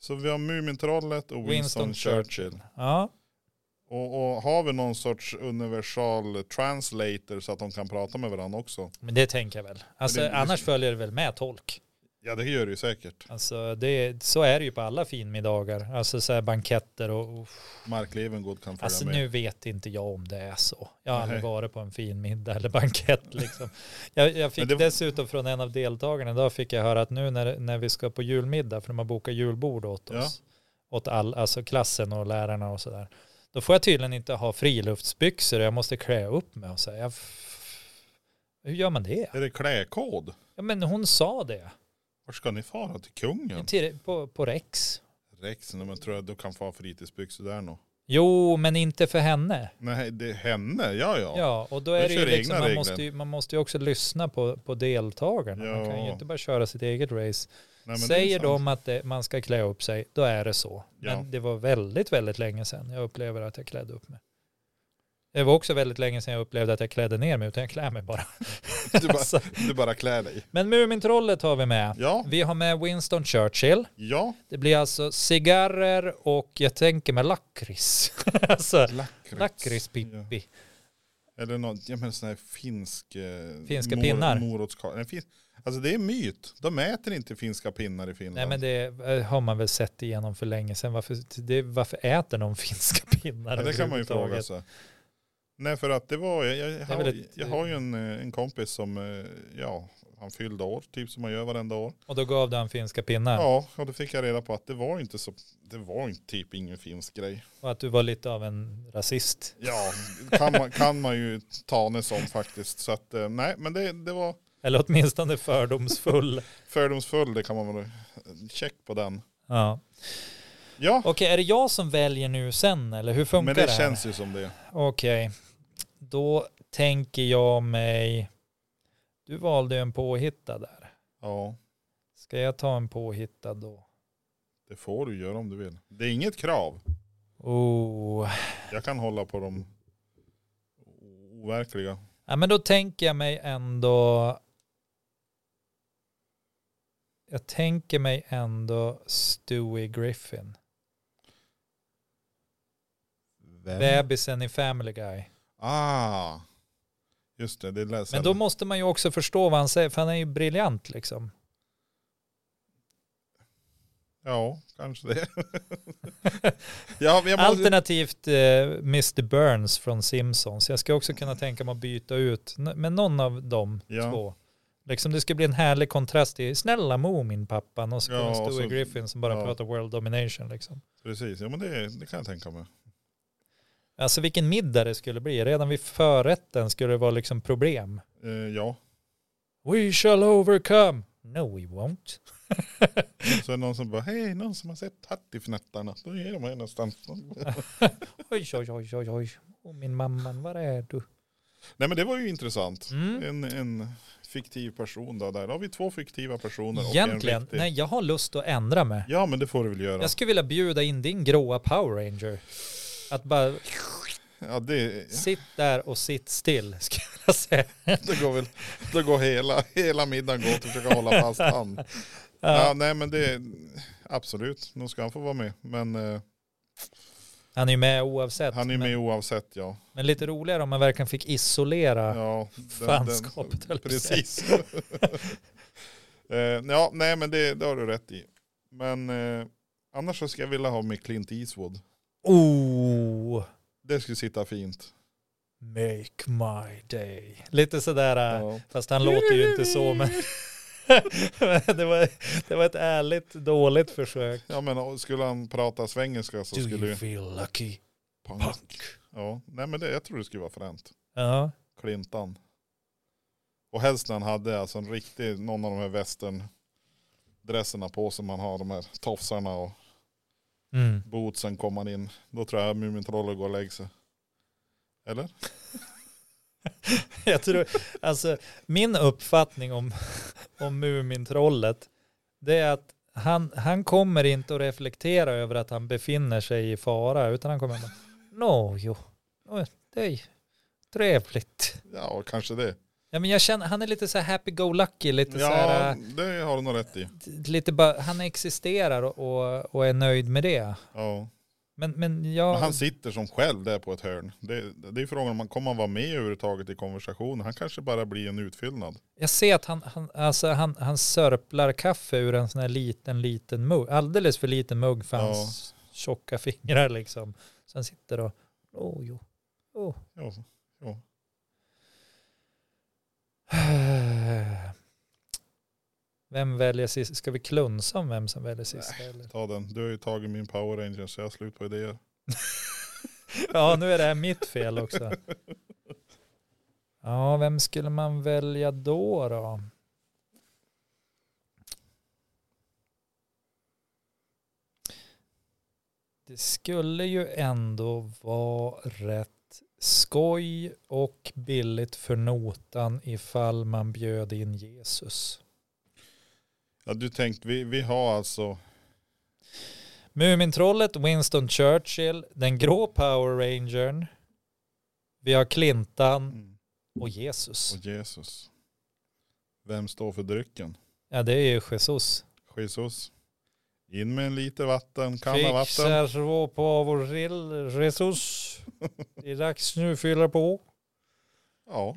A: Så vi har Mumintrollet och Winston,
B: Winston
A: Churchill.
B: ja,
A: Och, och har vi någon sorts universal translator så att de kan prata med varandra också?
B: men det tänker jag väl. Alltså,
A: Men det-
B: annars följer det väl med tolk.
A: Ja det gör det ju säkert.
B: Alltså det, så är det ju på alla finmiddagar. Alltså så här banketter och... och
A: Mark Levengood kan följa
B: alltså
A: med.
B: nu vet inte jag om det är så. Jag har aldrig
A: Nej.
B: varit på en finmiddag eller bankett liksom. Jag, jag fick
A: Men det-
B: dessutom från en av deltagarna idag fick jag höra att nu när, när vi ska på julmiddag, för de har bokat julbord åt
A: Ja.
B: oss, åt all, alltså klassen och lärarna och sådär, då får jag tydligen inte ha friluftsbyxor och jag måste klä upp mig och så här. Jag, f- hur gör man det?
A: Är det kläkod?
B: Ja, men hon sa det.
A: Var ska ni fara? Till kungen?
B: Till, på, på Rex.
A: Rex, nej, men tror jag du kan få ha fritidsbyxor där nog.
B: Jo, men inte för henne.
A: Nej, det är henne, ja ja.
B: Ja, och då
A: Jag
B: är det ju
A: kör
B: liksom,
A: egna
B: man
A: regler.
B: måste ju, man måste ju också lyssna på, på deltagarna. Man kan ju
A: Ja.
B: inte bara köra sitt eget race.
A: Nej, men det är
B: Säger
A: sant.
B: de att det, man ska klä upp sig, då är det så.
A: Ja.
B: Men det var väldigt, väldigt länge sedan jag upplever att jag klädde upp mig. Det var också väldigt länge sedan jag upplevde att jag klädde ner mig, utan jag klär mig bara.
A: Du bara,
B: alltså.
A: du bara klär dig.
B: Men Mumintrollet har vi med.
A: Ja,
B: Vi har med Winston Churchill.
A: ja.
B: Det blir alltså cigarrer och jag tänker med lakrits. alltså,
A: Lakrits.
B: lakritspippi.
A: Eller något, ja men sån här finsk... eh,
B: Finska pinnar.
A: Morotskaka. Nej, fin, alltså det är myt. De äter inte finska pinnar i Finland.
B: Nej men det eh, har man väl sett igenom för länge sedan. Varför, det, varför äter någon finska pinnar?
A: ja, det kan man ju
B: överhuvudtaget?
A: fråga sig. Nej för att det var, jag, jag, jag,
B: är
A: har,
B: väl ett-
A: jag har ju en, eh, en kompis som, eh, ja, han fyllde år, typ som man gör varenda år.
B: Och då gav du han finska pinnar.
A: Ja, och då fick jag reda på att det var inte så, det var inte typ ingen finsk grej.
B: Och att du var lite av en rasist.
A: Ja, kan man, kan man ju ta det som faktiskt. Så att, eh, nej, men det, det var
B: Eller åtminstone fördomsfull.
A: fördomsfull, det kan man väl, check på den.
B: ja.
A: Ja,
B: Okej, är det jag som väljer nu sen eller hur funkar
A: men
B: det,
A: det
B: här?
A: känns ju som det.
B: Okej, då tänker jag mig. Du valde ju en påhittad där.
A: Ja,
B: Ska jag ta en påhittad då?
A: det får du göra om du vill. Det är inget krav.
B: Oh.
A: Jag kan hålla på de overkliga.
B: Ja, men då tänker jag mig ändå. Jag tänker mig ändå Stewie Griffin. Bebisen i Family Guy.
A: Ah, just det, det läser
B: Men då måste man ju också förstå vad han säger, för han är ju briljant liksom.
A: Ja, kanske det. ja, men alltså- jag måste...
B: Alternativt eh, Mr. Burns från Simpsons. Jag ska också kunna tänka mig att byta ut, n- men någon av de
A: Ja.
B: två. Liksom det ska bli en härlig kontrast i, snälla Moomin pappan och så
A: Ja,
B: kommer
A: och
B: Stewie
A: så-
B: Griffin som bara
A: ja.
B: pratar world domination liksom.
A: Precis, ja men det, det kan jag tänka mig.
B: Alltså vilken middag det skulle bli. Redan vid förrätten skulle det vara liksom problem.
A: Eh, ja,
B: We shall overcome. No we won't.
A: så är det någon som bara, hej, någon som har sett Hattifnattarna. Då är de här någonstans.
B: Oj, oj, oj, oj, oj. Och min mamman, var är du?
A: Nej men det var ju intressant.
B: Mm.
A: En, en fiktiv person då, där har vi två fiktiva personer. Och en
B: Egentligen,
A: riktig.
B: nej jag har lust att ändra mig.
A: Ja men det får du väl göra.
B: Jag skulle vilja bjuda in din gråa Power Ranger. Att bara
A: Ja det,
B: sitt där och sitt still, ska jag vilja säga.
A: det går väl, då går hela, hela middagen går åt att försöka hålla fast han. Ja.
B: Ja,
A: nej men det, absolut, nu ska han få vara med. Men eh,
B: han är ju med oavsett.
A: han är ju
B: men,
A: med oavsett ja.
B: men lite roligare om man verkligen fick isolera
A: ja den-
B: fanskapet. höll jag på att säga.
A: Precis. Eh, ja, nej men det, det har du rätt i. Men eh, annars så ska jag vilja ha med Clint Eastwood.
B: Oh,
A: Det skulle sitta fint.
B: make my day. Lite sådär, äh,
A: Ja.
B: fast han låter ju inte så men. men det, var, det var ett ärligt dåligt försök.
A: Ja men och skulle han prata svengelska så
B: Do
A: skulle
B: you
A: ju...
B: feel lucky
A: Pang.
B: punk?
A: Ja, nej men det, jag tror det skulle vara fränt.
B: Ja,
A: Clintan. Och helst när han hade alltså en riktig, någon av de här västerndresserna på som man har, de här tofsarna och
B: mm.
A: bootsen kom han in. Då tror jag Mumintrollen går och lägger sig. Eller?
B: Jag tror, alltså, min uppfattning om, om Mumintrollet, det är att han, han kommer inte att reflektera över att han befinner sig i fara, utan han kommer bara, no, jo, Nå, det är ju trevligt.
A: Ja, kanske det.
B: Ja, men jag känner, han är lite så här happy-go-lucky, lite så
A: Ja,
B: här, äh,
A: det har du nog rätt i.
B: lite bara, han existerar och, och, och är nöjd med det.
A: Ja.
B: Men, men jag...
A: Men han sitter som själv där på ett hörn. Det, det är frågan om han kommer att vara med överhuvudtaget i konversationen. Han kanske bara blir en utfyllnad.
B: Jag ser att han, han, alltså han, han sörplar kaffe ur en sån här liten, liten mugg. Alldeles för liten mugg för hans tjocka fingrar liksom. Så han sitter och, åh jo, åh.
A: Ja, ja.
B: Vem väljer sist? Ska vi klunsa om vem som väljer sist? Eller?
A: ta den. Du har ju tagit min Power Ranger så jag har slut på idéer.
B: Ja, nu är det här mitt fel också. Ja, vem skulle man välja då då? Det skulle ju ändå vara rätt skoj och billigt för notan ifall man bjöd in Jesus.
A: Ja, du tänkte, vi, vi har alltså,
B: Mumintrollet, Winston Churchill, den grå Power Rangern, vi har Clintan
A: mm,
B: och Jesus.
A: och Jesus. Vem står för drycken?
B: Ja, det är ju Jesus.
A: Jesus. In med en liter vatten, kanna vatten.
B: Fixar så på vår rill- resurs. Det är dags nu att fylla på.
A: Ja,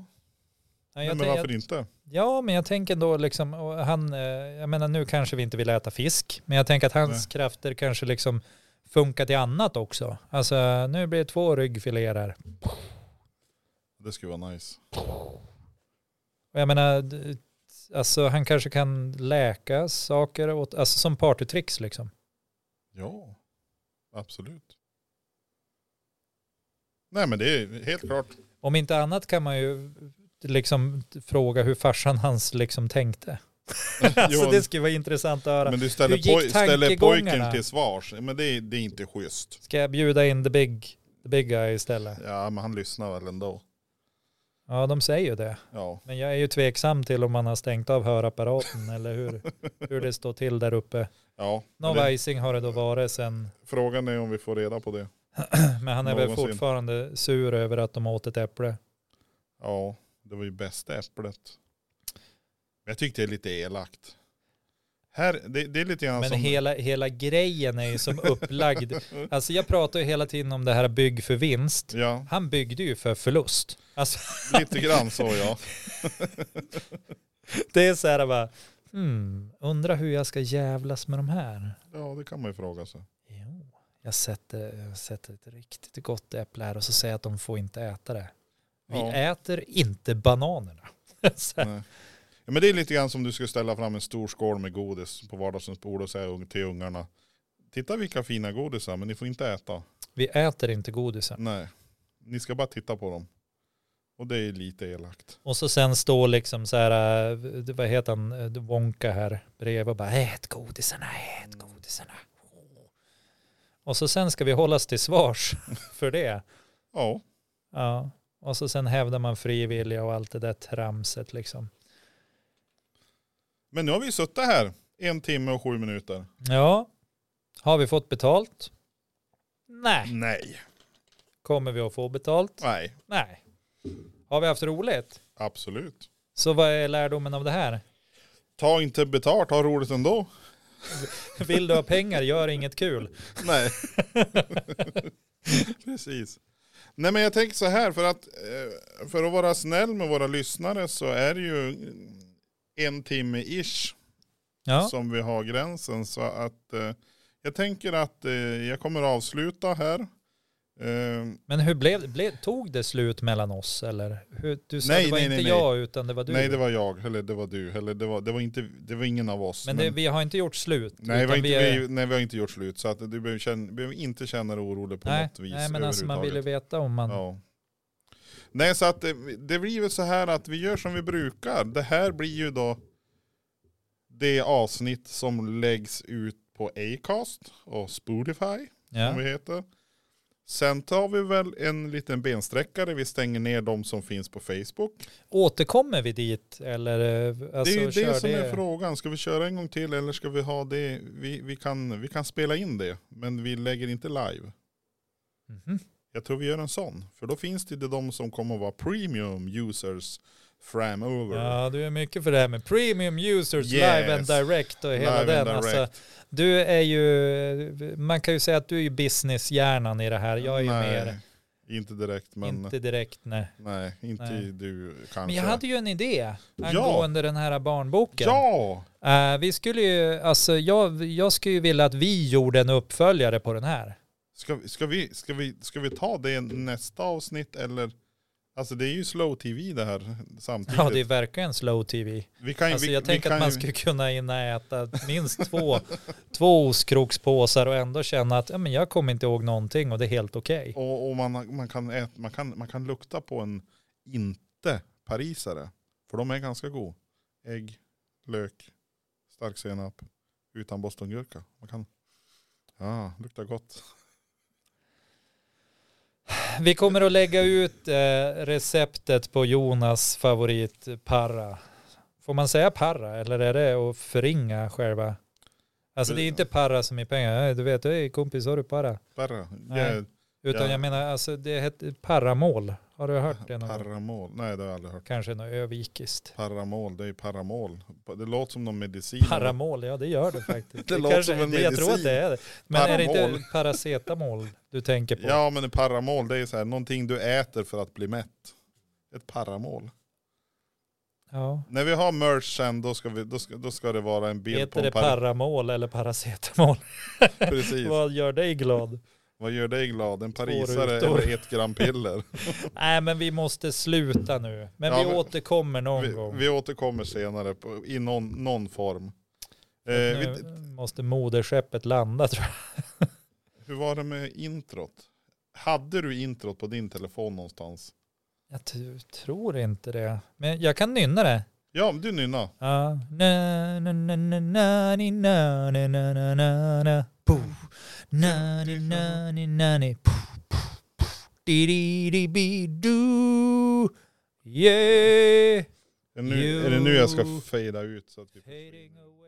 B: Ja,
A: Nej,
B: jag
A: men
B: tänk-
A: varför inte?
B: ja, men jag tänker då liksom, och han, eh, jag menar nu kanske vi inte vill äta fisk, men jag tänker att hans
A: Nej.
B: krafter kanske liksom funkar till annat också. Alltså nu blir det två ryggfiléer här.
A: Det skulle vara nice.
B: Och jag menar, d- alltså han kanske kan läka saker, åt, alltså som partytricks liksom.
A: Ja, absolut. Nej men det är helt klart.
B: Om inte annat kan man ju liksom fråga hur farsan hans liksom tänkte. alltså
A: Jo,
B: det skulle vara intressant att höra.
A: men du
B: Hur
A: ställer,
B: gick
A: poj- ställer
B: tankegångarna?
A: pojken till svars. Men det, är- det är inte schysst.
B: Ska jag bjuda in the big, the big guy istället?
A: Ja men han lyssnar väl ändå.
B: Ja, de säger ju det.
A: Ja.
B: Men jag är ju tveksam till om man har stängt av hörapparaten eller hur, hur det står till där uppe.
A: ja.
B: Någon
A: Det-
B: vajsing har det då varit sen,
A: Frågan är om vi får reda på det.
B: men han är väl
A: Någonsin.
B: fortfarande sur över att de åt ett äpple.
A: Ja, det var ju bästa äpplet. Jag tyckte det är lite elakt. Här, det, det är lite grann
B: Men
A: som...
B: hela, hela grejen är ju som upplagd. Alltså jag pratar ju hela tiden om det här bygg för vinst.
A: Ja,
B: Han byggde ju för förlust. Alltså
A: lite grann så ja.
B: det är så här bara, hmm, undrar hur jag ska jävlas med de här.
A: Ja, det kan man ju fråga sig.
B: Jo, jag sätter, jag sätter ett riktigt gott äpple här och så säger jag att de får inte äta det. Vi
A: Ja.
B: äter inte bananerna. Så här,
A: Nej. Ja, men det är lite grann som du skulle ställa fram en stor skål med godis på vardagsens bord och säga ung- till ungarna. Titta vilka fina godisar, men ni får inte äta.
B: Vi äter inte godisen.
A: Nej, ni ska bara titta på dem. Och det är lite elakt.
B: Och så sen står liksom så här, äh, vad heter han, äh, Wonka här bredvid och bara ät godisarna, ät godisarna. Och så sen ska vi hållas till svars för det.
A: Ja,
B: Ja. Och så sen hävdar man frivilliga och allt det där tramset liksom.
A: men nu har vi suttit här en timme och sju minuter.
B: Ja, har vi fått betalt? Nej.
A: Nej,
B: Kommer vi att få betalt?
A: nej,
B: Nej. Har vi haft roligt?
A: absolut.
B: Så vad är lärdomen av det här?
A: Ta inte betalt, ha roligt ändå.
B: Vill du ha pengar, gör inget kul.
A: Nej. Precis. Nej men jag tänker så här för att eh, för att vara snäll med våra lyssnare så är det ju en timme ish
B: Ja,
A: som vi har gränsen så att eh, jag tänker att eh, jag kommer avsluta här. Eh,
B: men hur blev, blev Tog det slut mellan oss eller? Hur, du sa
A: Nej,
B: det var
A: nej,
B: inte
A: nej, nej.
B: jag utan det var du.
A: nej det var jag eller det var du eller det var, det var inte det var ingen av oss.
B: men det, vi har inte gjort slut.
A: nej, vi
B: utan
A: har inte,
B: är-
A: vi, nej vi har inte gjort slut så att du behöver, känna, behöver inte känna dig orolig på
B: nej,
A: något vis.
B: nej, men alltså man
A: överhuvudtaget.
B: ville veta om man...
A: Ja. Nej, så att det, det blir väl så här att vi gör som vi brukar. Det här blir ju då det avsnitt som läggs ut på Acast och Spotify,
B: Ja.
A: som vi heter. Sen tar vi väl en liten bensträckare. Vi stänger ner de som finns på Facebook.
B: Återkommer vi dit eller? eh, Alltså,
A: det är ju
B: kör
A: det som är frågan. Ska vi köra en gång till eller ska vi ha det? Vi, vi, kan, vi kan spela in det, men vi lägger inte live.
B: Mhm.
A: Jag tror vi gör en sån. För då finns det de som kommer att vara premium users Framover.
B: Ja, du är mycket för det här med premium
A: Yes.
B: users, live and direct och hela
A: Live
B: den.
A: and
B: Alltså,
A: direct.
B: du är ju, man kan ju säga att du är ju businesshjärnan i det här. Jag är ju
A: nej,
B: mer,
A: Inte direkt men
B: inte direkt nej.
A: nej, inte
B: Nej.
A: du kanske.
B: Men jag hade ju en idé
A: Ja.
B: angående den här barnboken.
A: Ja!
B: Eh, vi skulle ju, alltså jag, jag skulle ju vilja att vi gjorde en uppföljare på den här.
A: Ska, vi- ska, vi, ska, vi, ska vi ta det nästa avsnitt eller? Alltså det är ju slow tv det här samtidigt.
B: Ja, det är verkligen slow tv.
A: vi kan, ju-
B: Alltså
A: vi,
B: jag
A: vi
B: tänker
A: kan
B: att man
A: ju-
B: skulle kunna hinna äta minst två, två ostkrokspåsar och ändå känna att ja, men jag kommer inte ihåg någonting och det är helt okej.
A: Och, och man, man, kan ät, man, kan, man kan lukta på en inte parisare. För de är ganska god. Ägg, lök, stark senap, utan bostongurka. Man kan, ja, luktar gott.
B: Vi kommer att lägga ut eh, receptet på Jonas favorit parra. Får man säga parra eller är det att förringa själva? Alltså det är inte parra som är pengar, Nej, du vet, hej kompis har du parra?
A: Perra,
B: Nej. Utan
A: Ja.
B: jag menar, alltså det heter parramål. Har du hört det någon gång?
A: paramål. Nej det har jag aldrig hört.
B: Kanske något övikiskt.
A: Paramål, det är paramål. Det låter som någon medicin.
B: Paramål, ja det gör det faktiskt.
A: Det låter som en
B: det, Jag tror att
A: medicin.
B: det är det. Men är det inte
A: Paramol.
B: paracetamol du tänker på?
A: Ja men paramål det är så här, någonting du äter för att bli mätt. Ett paramål.
B: ja.
A: När vi har merch sen då ska, vi, då ska, då ska det vara en bild på
B: Heter
A: en
B: det
A: par-
B: paramol eller paracetamol?
A: Precis.
B: Vad gör dig glad?
A: Vad gör dig glad? En parisare
B: rutor.
A: eller ett gram piller?
B: Nej men vi måste sluta nu. Men
A: Ja,
B: vi
A: men-
B: återkommer någon
A: Vi,
B: gång.
A: vi återkommer senare på, i någon, någon form. Eh,
B: nu
A: vi,
B: måste moderskeppet landa tror jag.
A: hur var det med introt? Hade du introt på din telefon någonstans?
B: Jag t- tror inte det. Men jag kan nynna det.
A: Ja, men du nynna.
B: Ja. Na, na, na, na, na, ni, na, na, na, na, na, na. Pooh. Na, ni, na, ni, na, ni. Pooh, pooh, pooh. Di, di, di, bi, du. Yeah.
A: Är det nu,
B: You-
A: är det nu jag ska fejda ut? Så att vi...
B: Fading away.